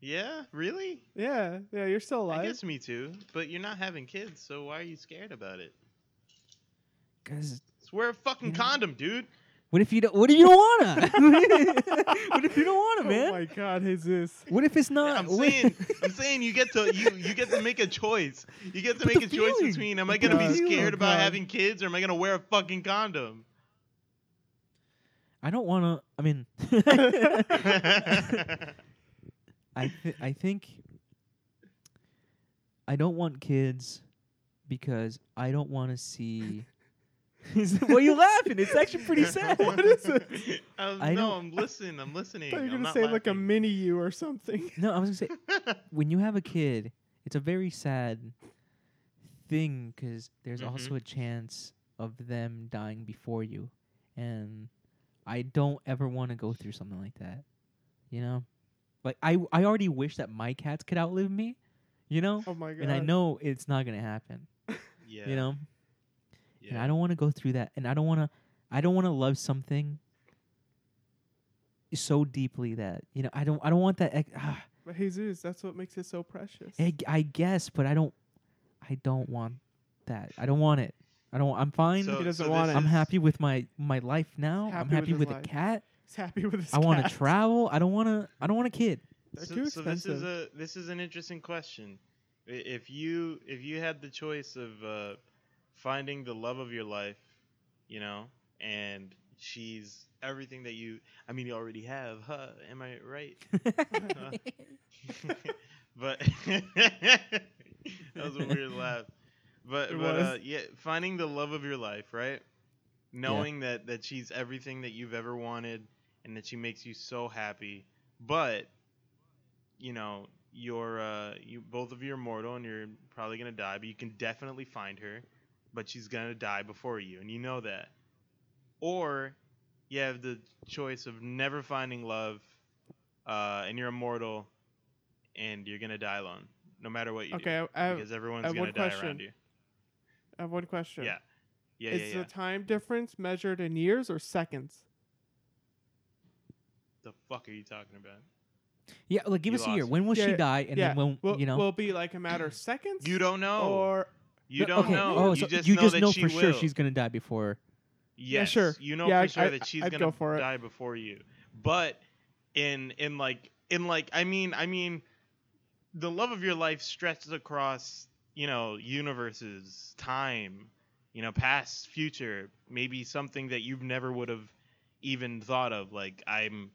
S1: Yeah, really?
S3: Yeah, yeah, you're still
S1: I
S3: alive.
S1: guess me too. But you're not having kids, so why are you scared about it?
S2: 'Cause
S1: Just wear a fucking
S2: Yeah.
S1: condom, dude.
S2: what if you don't? What if you don't wanna? what if you don't wanna, man?
S3: Oh my god, Jesus.
S2: what if it's not?
S1: I'm
S2: what-
S1: saying, I'm saying, you get to you you get to make a choice. You get to
S2: But
S1: make
S2: the
S1: a choice
S2: feeling.
S1: between am I
S2: But
S1: gonna
S3: the
S1: be
S3: feeling.
S1: scared about
S3: God.
S1: having kids or am I gonna wear a fucking condom?
S2: I don't wanna. I mean, I th- I think I don't want kids because I don't want to see. well, you laughing? It's actually pretty sad.
S3: What is it?
S1: Um,
S2: I
S1: no,
S2: don't-
S1: I'm listening. I'm listening.
S3: thought you were
S1: I'm
S3: gonna
S1: not
S3: say like a
S1: laughing.
S3: mini you or something.
S2: No, I was gonna say when you have a kid, it's a very sad thing because there's
S1: Mhm.
S2: also a chance of them dying before you, and I don't ever want to go through something like that. You know, like I I already wish that my cats could outlive me. You know,
S3: Oh my god.
S2: and I know it's not gonna happen.
S1: yeah,
S2: You know,
S1: yeah.
S2: and I don't want to go through that, and I don't want to I don't want to love something so deeply that you know I don't I don't want that. ex- ah.
S3: But Jesus, that's what makes it so precious.
S2: I, g- I guess, but I don't. I don't want that. I don't want it. I don't. I'm fine.
S1: So-
S3: He doesn't
S1: so
S3: want
S1: this
S3: it.
S2: I'm
S1: is-
S2: happy with my my life now. I'm
S3: happy
S2: happy
S3: with his
S2: with,
S3: life.
S2: a cat.
S3: He's happy with his
S2: I want to
S3: cat.
S2: travel. I don't want to. I don't want a kid.
S3: They're
S1: so,
S3: too
S1: so this is
S3: expensive.
S1: a this is an interesting question. I- If you if you had the choice of uh, finding the love of your life, you know, and she's everything that you I mean you already have, huh? Am I right? but that was a weird laugh. But
S3: It
S1: but uh,
S3: was.
S1: yeah, finding the love of your life, right? Knowing that that she's everything that you've ever wanted, and that she makes you so happy. But you know, you're uh, you both of you are mortal, and you're probably gonna die. But you can definitely find her. But she's gonna die before you, and you know that. Or you have the choice of never finding love, uh, and you're immortal, and you're gonna die alone, no matter what you
S3: Okay,
S1: do,
S3: I, I, have,
S1: because everyone's
S3: I have
S1: gonna
S3: one
S1: die
S3: question.
S1: around you.
S3: I have one question.
S1: Yeah, yeah,
S3: is
S1: yeah, yeah.
S3: the time difference measured in years or seconds?
S1: the fuck are you talking about?
S2: yeah, like give
S1: You
S2: us a year.
S1: lost.
S2: When will she
S3: Yeah,
S2: die? And
S3: yeah.
S2: then when
S3: Will,
S2: you know?
S3: will it be like a matter of seconds?
S1: You don't know.
S3: Or
S1: you
S2: No,
S1: don't
S2: okay.
S1: know.
S2: Oh,
S1: you
S2: so
S1: just
S2: you
S1: know
S2: just
S1: that
S2: know
S1: she
S2: for
S1: will.
S2: sure she's gonna die before.
S1: Yes,
S3: sure.
S1: You know
S3: Yeah, I-
S1: for sure
S3: I-
S1: that she's
S3: I'd
S1: gonna
S3: go for it.
S1: die before you. But in in like in like I mean I mean the love of your life stretches across, you know, universes, time, you know, past, future, maybe something that you never would have even thought of. Like I'm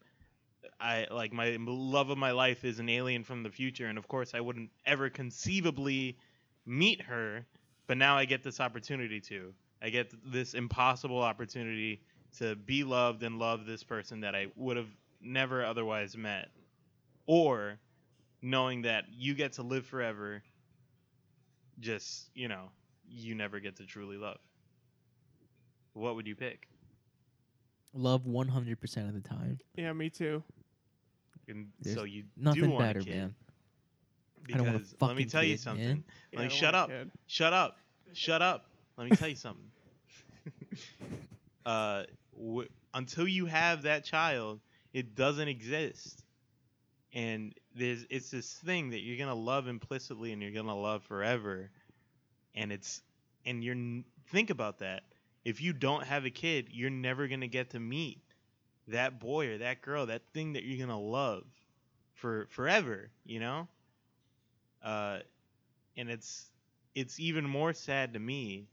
S1: I like my love of my life is an alien from the future and of course I wouldn't ever conceivably meet her, but now I get this opportunity to. I get this impossible opportunity to be loved and love this person that I would have never otherwise met. Or knowing that you get to live forever, just, you know, you never get to truly love. What would you pick?
S2: Love 100 percent of the time.
S3: yeah, me too.
S1: And
S2: There's
S1: so you do
S2: Nothing
S1: want
S2: better,
S1: a kid.
S2: man. I don't want a
S1: Because let me
S2: fucking
S1: tell you
S2: kid, man.
S1: something.
S3: Yeah,
S1: Like,
S3: I don't
S1: shut
S3: want a kid.
S1: Shut up. Shut up. Let me tell you something. uh, w- until you have that child, it doesn't exist. And there's it's this thing that you're gonna love implicitly and you're gonna love forever, and it's and you're n- think about that. If you don't have a kid, you're never gonna get to meet that boy or that girl, that thing that you're gonna love for forever. You know. Uh, and it's it's even more sad to me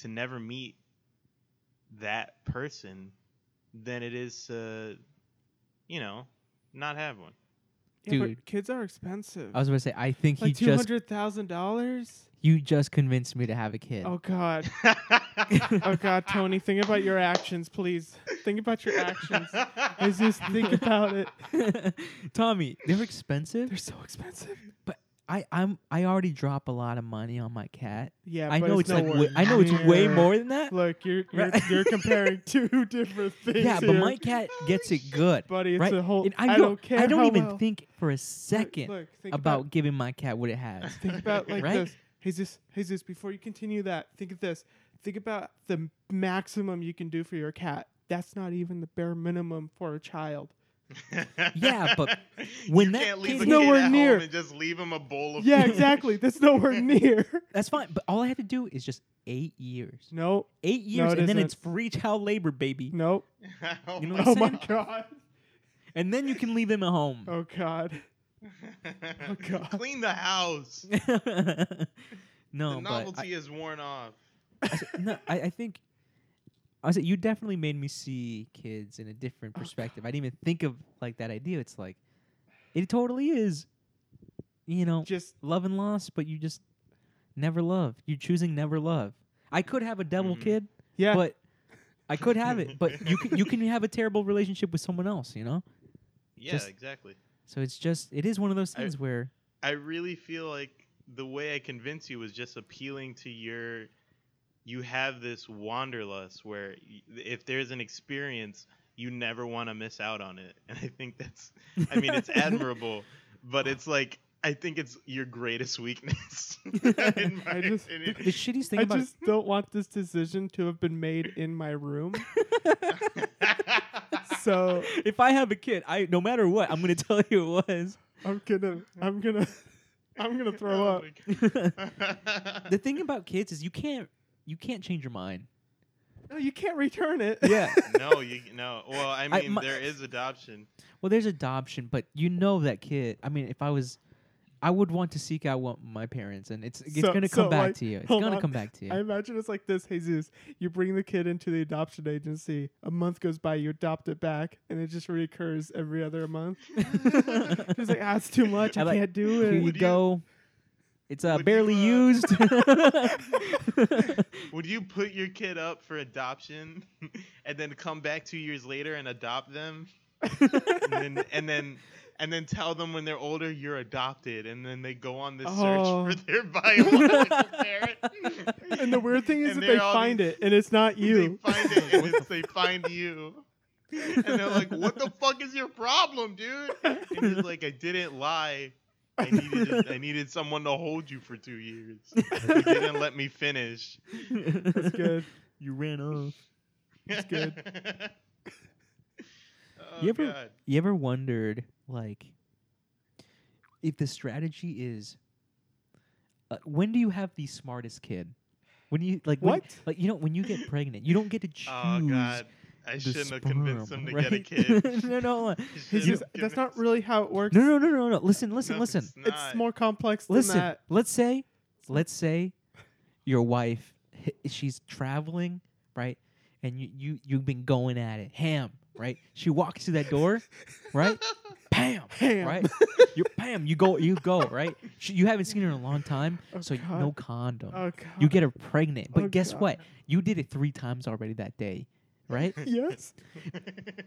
S1: to never meet that person than it is to you know not have one
S3: Yeah, but
S2: Dude.
S3: kids are expensive.
S2: I was gonna say. I think he
S3: like two
S2: just
S3: hundred thousand dollars.
S2: you just convinced me to have a kid.
S3: Oh God. Oh God, Tony, think about your actions, please. Think about your actions. Is this think about it?
S2: Tommy, they're expensive.
S3: They're so expensive.
S2: I I'm I already drop a lot of money on my cat.
S3: Yeah,
S2: I
S3: but
S2: know it's,
S3: it's,
S2: like
S3: nowhere
S2: way, I know it's way
S3: near-
S2: more than that.
S3: Look, you're you're,
S2: Right.
S3: you're comparing two different things.
S2: Yeah, but
S3: here.
S2: my cat gets it good.
S3: buddy, it's
S2: right?
S3: a whole.
S2: And
S3: I, don't, care.
S2: I don't
S3: how
S2: even
S3: well.
S2: think for a second
S3: Look, think
S2: about giving my cat what it has.
S3: think about like
S2: Right?
S3: this. Jesus, Jesus, before you continue that, think of this. Think about the maximum you can do for your cat. That's not even the bare minimum for a child.
S2: Yeah, but when
S1: you
S2: that
S1: can't leave
S2: kid-
S1: a
S2: It's
S1: kid
S3: nowhere
S1: at home
S3: near.
S1: and just leave him a bowl of
S3: Yeah,
S1: food.
S3: exactly. That's nowhere near.
S2: That's fine. But all I had to do is just eight years.
S3: Nope.
S2: Eight years,
S3: it
S2: and then
S3: isn't.
S2: it's free child labor, baby.
S3: Nope.
S1: oh
S2: You know
S1: my
S2: what
S3: Oh
S2: I'm
S3: my
S2: saying?
S3: god.
S2: And then you can leave him at home.
S3: Oh god. Oh, God.
S1: Clean the house.
S2: no,
S1: the
S2: but I,
S1: novelty is worn off.
S2: I said- no, I, I think I said you definitely made me see kids in a different
S3: Oh,
S2: perspective. I didn't even think of like that idea. It's like it totally is, you know,
S3: Just
S2: love and loss, but you just never love. You're choosing never love. I could have a devil
S3: Mm-hmm.
S1: Mhm.
S2: kid,
S3: yeah.
S2: but I could have it. But you can, you can have a terrible relationship with someone else, you know.
S1: Yeah,
S2: Just-
S1: exactly.
S2: So it's just it is one of those
S1: I-
S2: things where
S1: I really feel like the way I convince you was just appealing to your. You have this wanderlust where y- if there's an experience, you never want to miss out on it, and I think that's. I mean, it's admirable, but it's like I think it's your greatest weakness. in my
S3: I just-
S1: opinion.
S2: the shittiest thing
S3: I
S2: about
S3: just don't want this decision to have been made in my room. so
S2: if I have a kid, I no matter what, I'm gonna tell you it was.
S3: I'm gonna I'm gonna I'm gonna throw up.
S2: the
S1: up.
S2: thing about kids is you can't you can't change your mind.
S3: No, you can't return it.
S2: Yeah.
S1: no, you no. Well, I mean,
S2: my-
S1: there is adoption.
S2: Well, there's adoption, but you know that kid. I mean, if I was, I would want to seek out what my parents, and it's it's
S3: So-
S2: gonna come
S3: so,
S2: back
S3: like,
S2: to you. It's
S3: hold
S2: gonna
S3: on.
S2: come back to you.
S3: I imagine it's like this, Jesus. You bring the kid into the adoption agency. A month goes by, you adopt it back, and it just recurs every other month. It's like, ah, it's too much. I,
S2: I like-
S3: can't do
S2: Here
S3: it.
S2: you
S1: Would you-
S2: go. It's uh,
S1: would you,
S2: barely
S1: uh,
S2: used.
S1: Would you put your kid up for adoption and then come back two years later and adopt them? and, then, and then and then tell them when they're older you're adopted and then they go on this
S3: Oh.
S1: search for their biological parent.
S3: And the weird thing is
S1: And
S3: that
S1: they're
S3: they
S1: all
S3: find
S1: these-
S3: it, and it's not you.
S1: They find it and it's, they find you. And they're like, What the fuck is your problem, dude? And he's like, I didn't lie. I needed I needed someone to hold you for two years. You didn't let me finish.
S3: That's good.
S2: You ran off.
S1: That's
S3: good.
S1: oh,
S2: You ever-
S1: God.
S2: You ever wondered, like, if the strategy is, uh, when do you have the smartest kid? When you like when-
S3: What?
S2: like you know when you get pregnant, you don't get to choose.
S1: Oh God. I
S2: the
S1: shouldn't have convinced
S2: sperm,
S1: him to
S2: right?
S1: get a kid. I
S2: no, no, uh,
S1: shouldn't
S3: Jesus,
S1: have
S3: that's not
S1: convinced-
S3: really how it works.
S2: no, no, no, no, no. Listen, listen,
S1: No,
S2: listen,
S1: it's
S3: It's
S1: not.
S3: more complex than
S2: listen.
S3: that.
S2: Let's say, let's say, your wife, h- she's traveling, right? And you, you, you've been going at it, ham, right? She walks through that door, right? Pam,
S3: Ham.
S2: right? You, Pam, you go, you go, right? She, you haven't seen her in a long time,
S3: Oh,
S2: so you-
S3: God.
S2: no condom.
S3: Oh, God.
S2: you get her pregnant, but
S3: Oh,
S2: guess
S3: God.
S2: what? You did it three times already that day, right?
S3: yes.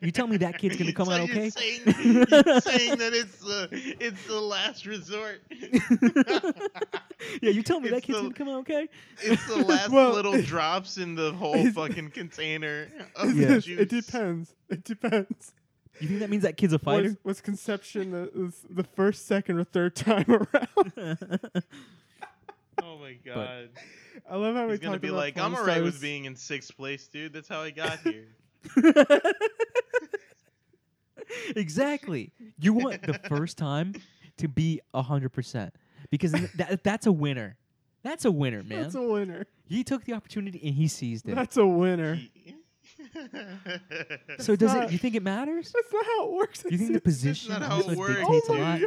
S2: You tell me that kid's gonna come
S1: So
S2: out
S1: you're
S2: okay?
S1: Saying, you're saying that it's the it's the last resort.
S2: yeah, you tell me that
S1: It's
S2: kid's
S1: the-
S2: gonna come out okay.
S1: It's the last
S3: Well,
S1: little
S3: it-
S1: drops in the whole
S3: it's-
S1: fucking container of
S2: Yeah.
S1: the
S3: Yes,
S1: juice.
S3: It depends. It depends.
S2: You think that means that kid's a
S3: Was,
S2: fighter?
S3: was conception the, was the first, second, or third time around?
S1: Oh my god.
S3: I love how we
S1: He's gonna
S3: talked
S1: be
S3: about
S1: like,
S3: porn
S1: I'm alright with
S3: stars.
S1: being in sixth place, dude. That's how I got here.
S2: exactly. You want the first time to be hundred percent because th- that, that's a winner. That's a winner, man.
S3: That's a winner.
S2: he took the opportunity and he seized it.
S3: That's a winner.
S1: He- That's
S2: so does
S3: not-
S2: it? You think it matters?
S3: That's not how it works.
S2: You think the position
S1: not how
S2: also
S1: it works.
S2: dictates a
S1: dude.
S2: lot?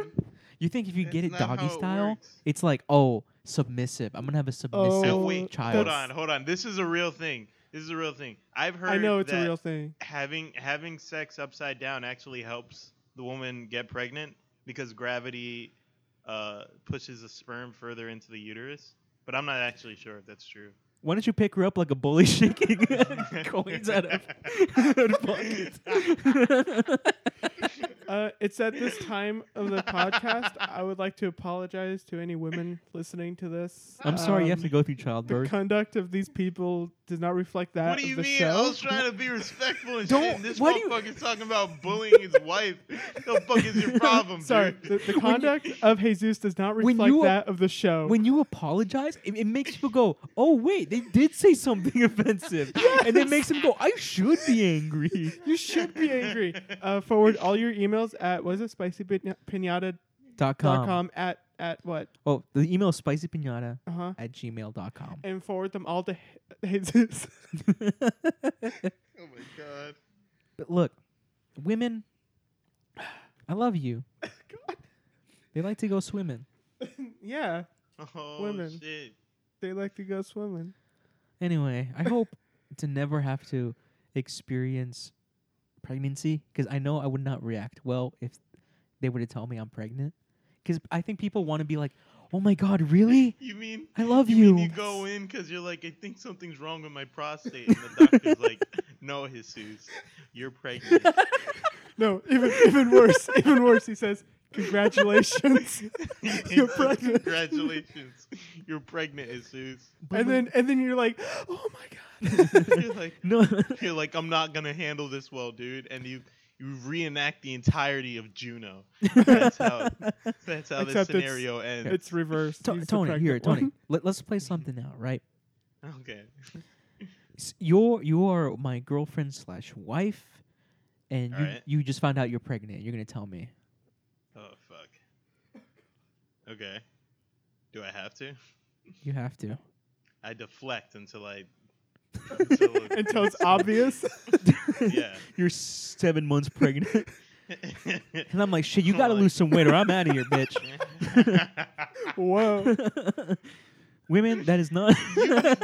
S2: You think if you get
S1: That's
S2: it
S1: not how
S2: doggy
S1: it
S2: style,
S1: works.
S2: it's like oh submissive. I'm gonna have a submissive
S1: Now,
S3: Oh,
S1: wait,
S2: child.
S1: hold on, hold on. This is a real thing. This is a real thing. I've heard
S3: I know it's
S1: that
S3: a real thing.
S1: having having sex upside down actually helps the woman get pregnant because gravity uh, pushes the sperm further into the uterus. But I'm not actually sure if that's true.
S2: Why don't you pick her up like a bully shaking coins out of her pocket?
S3: Uh, it's at this time of the podcast. I would like to apologize to any women listening to this.
S2: I'm sorry you have
S3: Um,
S2: to go through
S3: The
S2: childbirth.
S3: conduct of these people does not reflect that.
S1: What do
S3: of
S1: you
S3: the
S1: mean?
S3: Show.
S1: I was trying to be respectful and
S2: Don't-
S1: shit. And this
S2: what do you-
S1: motherfucker's talking about bullying his wife. The fuck is your problem,
S3: Sorry,
S1: dude?
S3: the, the
S2: When you-
S3: conduct of Jesus does not
S2: When
S3: reflect
S2: you-
S3: that of the show.
S2: When you apologize, it, it makes people go, "Oh wait, they did say something offensive," and it makes them go, "I should be angry."
S3: you should be angry. Uh, forward all your emails at was it spicypinata.com
S2: dot com.
S3: at at what?
S2: Oh, the email is spicypinata
S3: Uh huh.
S2: at gmail.com.
S3: And forward them all to H- Jesus.
S2: but
S1: Oh my god.
S2: look, women, I love you. They like to go swimming.
S3: yeah,
S1: Oh
S3: Women.
S1: shit.
S3: they like to go swimming.
S2: Anyway, I hope to never have to experience pregnancy because I know I would not react well if they were to tell me I'm pregnant. Because I think people want to be like, oh my God, really?
S1: You mean
S2: I love
S1: you, mean
S2: you.
S1: you go in because you're like, I think something's wrong with my prostate, and the doctor's like, No, Jesus, you're pregnant.
S3: No, even even worse, even worse. He says, "Congratulations, you're pregnant."
S1: Congratulations, you're pregnant, Jesus.
S2: But
S3: And
S2: my-
S3: then and then you're like, "Oh my god."
S1: You're like,
S2: no.
S1: you're like, I'm not gonna handle this well, dude, and you. You reenact the entirety of Juno. That's how, that's how this
S3: Except it's-
S1: scenario ends.
S3: it's reversed.
S2: To-
S3: He's the
S2: Tony, here,
S3: pregnant one.
S2: Tony, let, let's play something out, right?
S1: okay.
S2: S- you're you are my girlfriend slash wife, and you,
S1: Alright.
S2: you just found out you're pregnant. You're gonna tell me.
S1: Oh fuck. Okay. Do I have to?
S2: You have to.
S1: I deflect until I. Until,
S3: Until it's obvious.
S1: Yeah.
S2: You're seven months pregnant, and I'm like, shit, you
S1: I'm
S2: gotta
S1: like-
S2: lose some weight, or I'm out of here, bitch.
S3: Whoa.
S2: Women, that is not.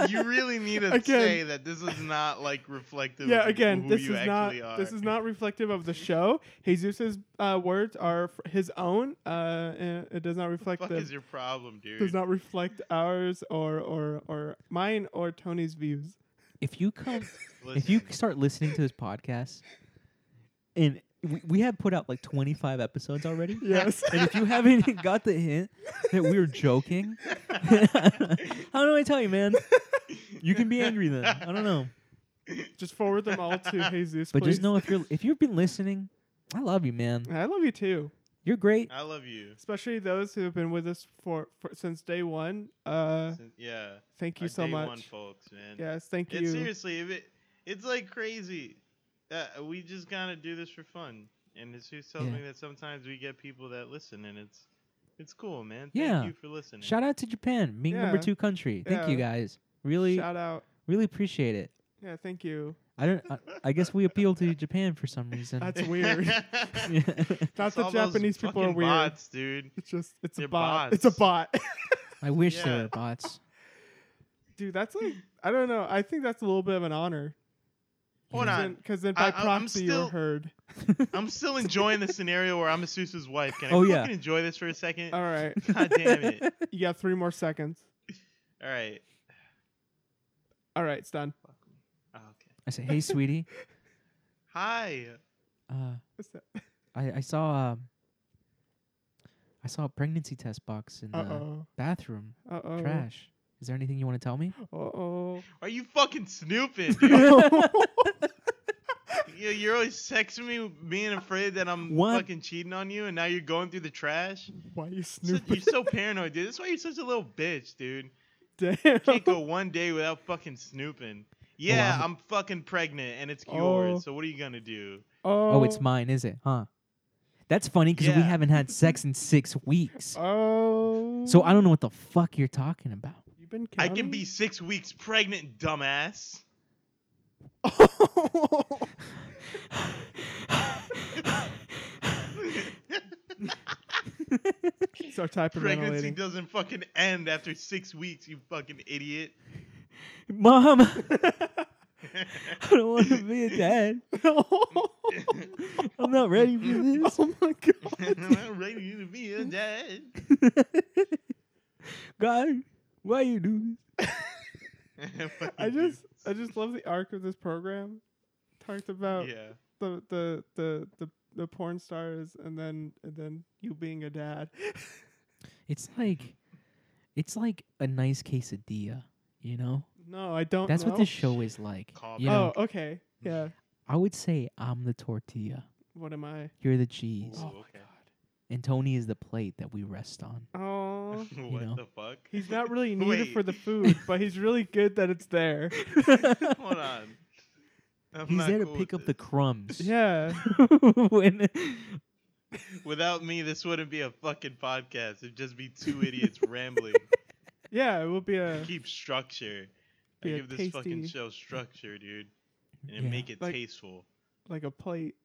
S1: you really need to
S3: Again.
S1: say that this is not like reflective.
S3: Yeah,
S1: of
S3: again,
S1: who
S3: this is
S1: you
S3: not
S1: actually are.
S3: this is not reflective of the show. Jesus's uh, words are f- his own. Uh, and it does not
S1: What
S3: reflect
S1: the fuck
S3: the,
S1: is your problem, dude?
S3: does not reflect ours or or or mine or Tony's views.
S2: if you come, if
S1: Listen,
S2: you start listening to this podcast, and we, we have put out like 25 episodes already.
S3: Yes.
S2: And if you haven't got the hint that we were joking, how do I tell you, man? You can be angry then. I don't know.
S3: just forward them all to Jesus.
S2: But
S3: please.
S2: just know if you're if you've been listening, I love you, man.
S3: I love you too,
S2: You're great.
S1: I love you.
S3: especially those who have been with us for, for since day one. Uh,
S1: Yeah.
S3: thank you
S1: our
S3: so
S1: day
S3: much.
S1: one folks, man.
S3: Yes, thank
S1: It's
S3: you.
S1: seriously, if it, it's like crazy. Uh, we just kind of do this for fun, and it's just tells
S2: Yeah.
S1: me that sometimes we get people that listen, and it's it's cool, man. Thank
S2: Yeah.
S1: you for listening.
S2: Shout out to Japan, being number
S3: Yeah.
S2: two country. Thank you
S3: Yeah.
S2: guys. Really,
S3: Shout out.
S2: really appreciate it.
S3: Yeah, thank you.
S2: I don't. I, I guess we appeal to Japan for some reason.
S3: That's weird.
S2: Yeah.
S3: Not
S1: It's
S3: that
S1: all those
S3: Japanese people are
S1: fucking
S3: weird.
S1: Bots, dude.
S3: It's just it's
S1: They're
S3: a bot.
S1: bots.
S3: It's a bot.
S2: I wish they
S1: Yeah.
S2: were bots.
S3: Dude, that's like I don't know. I think that's a little bit of an honor.
S1: Hold
S2: Yeah.
S1: on.
S3: because then
S1: I-
S3: by
S1: I- I'm
S3: proxy
S1: still-
S3: you're heard.
S1: I'm still enjoying the scenario where I'm Asus's wife. Can I
S2: Oh,
S1: fucking
S2: yeah.
S1: enjoy this for a second?
S3: All right,
S1: God damn it.
S3: you got three more seconds.
S1: All right.
S3: All right, it's done.
S1: Oh, okay.
S2: I said, hey, sweetie.
S1: Hi.
S2: Uh,
S3: What's that?
S2: I I saw um. I saw a pregnancy test box in the
S3: Uh oh.
S2: bathroom
S3: Uh oh.
S2: trash. Is there anything you want to tell me?
S3: Uh oh.
S1: Are you fucking snooping, dude? Yeah, you're always texting me, being afraid that I'm
S2: What?
S1: fucking cheating on you, and now you're going through the trash.
S3: Why you
S1: So-
S3: snooping?
S1: you're so paranoid, dude. That's why you're such a little bitch, dude. Can't go
S3: Damn.
S1: one day without fucking snooping. Yeah,
S2: I'm-
S1: I'm fucking pregnant, and it's
S3: Oh.
S1: yours. So what are you gonna do?
S2: Oh, it's mine, is it? Huh? That's funny because we
S1: Yeah.
S2: haven't had sex in six weeks.
S3: Oh.
S2: So I don't know what the fuck you're talking about.
S3: You've been
S1: I can be six weeks pregnant, dumbass.
S3: counting? Start
S1: Pregnancy
S3: hyperventilating.
S1: doesn't fucking end after six weeks, you fucking idiot.
S2: Mom, I don't want to be a dad. I'm not ready for this.
S3: oh my god.
S1: I'm not ready to be a dad.
S2: God, why you do
S3: I just I just love the arc of this program. Talked about
S1: yeah.
S3: the, the the the the porn stars and then and then you being a dad.
S2: It's like, it's like a nice quesadilla. You know,
S3: no, I
S1: Oh,
S3: don't.
S2: that's
S3: know.
S2: what this show is like.
S1: Call
S2: You
S1: back.
S2: know,
S3: Oh, okay. Yeah.
S2: I would say I'm the tortilla,
S3: What am I?
S2: you're the cheese,
S1: Ooh.
S3: Oh
S1: okay.
S2: and Tony is the plate that we rest on.
S3: my god. Oh.
S1: what
S2: know.
S1: the fuck?
S3: He's not really needed
S1: Wait,
S3: for the food, but he's really good that it's there.
S1: Hold on. I'm
S2: He's
S1: not
S2: there to
S1: cool
S2: pick
S1: with
S2: up the
S1: this.
S2: crumbs.
S3: yeah.
S2: when,
S1: Without me, this wouldn't be a fucking podcast. It'd just be two idiots rambling.
S3: Yeah, it will be a
S1: Keep structure. I
S3: Be a
S1: give this fucking
S3: tasty-
S1: show structure, dude, and
S2: Yeah.
S1: make it
S3: Like-
S1: tasteful.
S3: like a plate.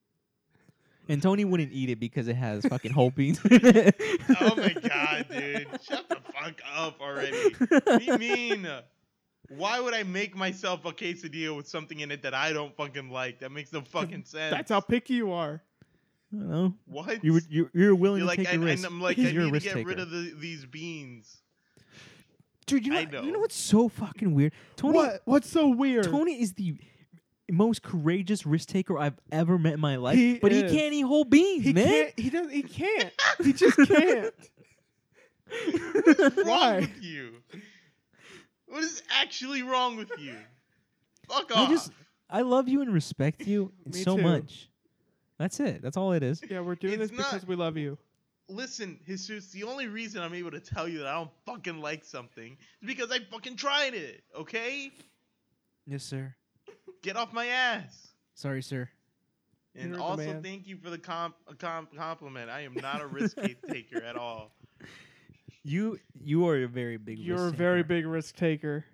S2: and Tony wouldn't eat it because it has fucking whole beans.
S1: Oh
S2: oh
S1: my god, dude! Shut the fuck up already. Be mean. Why would I make myself a quesadilla with something in it that I don't fucking like? That makes no fucking sense.
S3: That's how picky you are.
S2: I don't know.
S1: What?
S2: You were, you're, you're willing
S1: You're
S2: to
S1: like,
S2: take a
S1: and,
S2: risk.
S1: and I'm like,
S2: because
S1: I
S2: you're
S1: need
S2: a
S1: to
S2: risk
S1: get
S2: taker.
S1: rid of the, these beans.
S2: Dude, you know,
S1: I
S2: you
S1: know.
S2: know what's so fucking weird? Tony,
S3: what? What's so weird?
S2: Tony is the most courageous risk taker I've ever met in my life,
S3: He
S2: but
S3: is.
S2: he can't eat whole beans,
S3: he
S2: man.
S3: can't. He doesn't. He can't. he just can't.
S1: What's wrong
S3: Why?
S1: with you? What is actually wrong with you? Fuck
S2: I
S1: off.
S2: just, I love you and respect you
S3: Me
S2: so
S3: too.
S2: much. That's it. That's all it is.
S3: Yeah, we're doing
S1: It's
S3: this because
S1: not-
S3: we love you.
S1: Listen, Jesus, the only reason I'm able to tell you that I don't fucking like something is because I fucking tried it, okay?
S2: Yes, sir.
S1: Get off my ass.
S2: Sorry, sir.
S1: And
S3: You're the
S1: also,
S3: man.
S1: thank you for the comp, comp compliment. I am not a risk taker at all.
S2: You you are a very big.
S3: You're a
S2: risk
S3: very
S2: taker.
S3: big risk taker.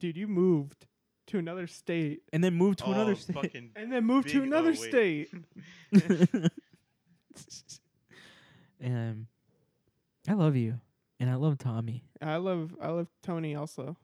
S3: Dude, you moved to another state
S2: And then move to another
S1: Oh,
S2: state.
S1: fucking
S3: and then moved to
S1: Big-
S3: another
S1: oh, wait.
S3: state.
S2: um, I love you, and I love Tommy.
S3: I love I love Tony also.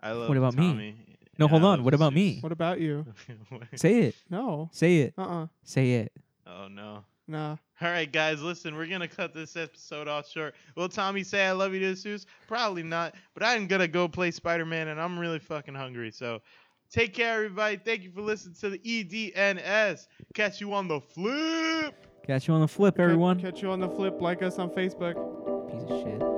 S1: I love
S2: What about me?
S1: Tommy,
S2: No,
S1: and
S2: hold
S1: I
S2: on.
S1: love
S2: What about
S1: Jesus.
S2: me?
S3: What about you?
S2: Say it.
S3: No.
S2: Say it.
S3: Uh-uh.
S2: Say it.
S1: oh no.
S3: Nah.
S1: All right, guys, listen, we're gonna cut this episode off short. Will Tommy say I love you to Seuss? Probably not, but I'm gonna go play Spider Man and I'm really fucking hungry. So take care, everybody. Thank you for listening to the E EDNS. Catch you on the flip.
S2: Catch you on the flip, everyone.
S3: Catch you on the flip. Like us on Facebook.
S2: Piece of shit.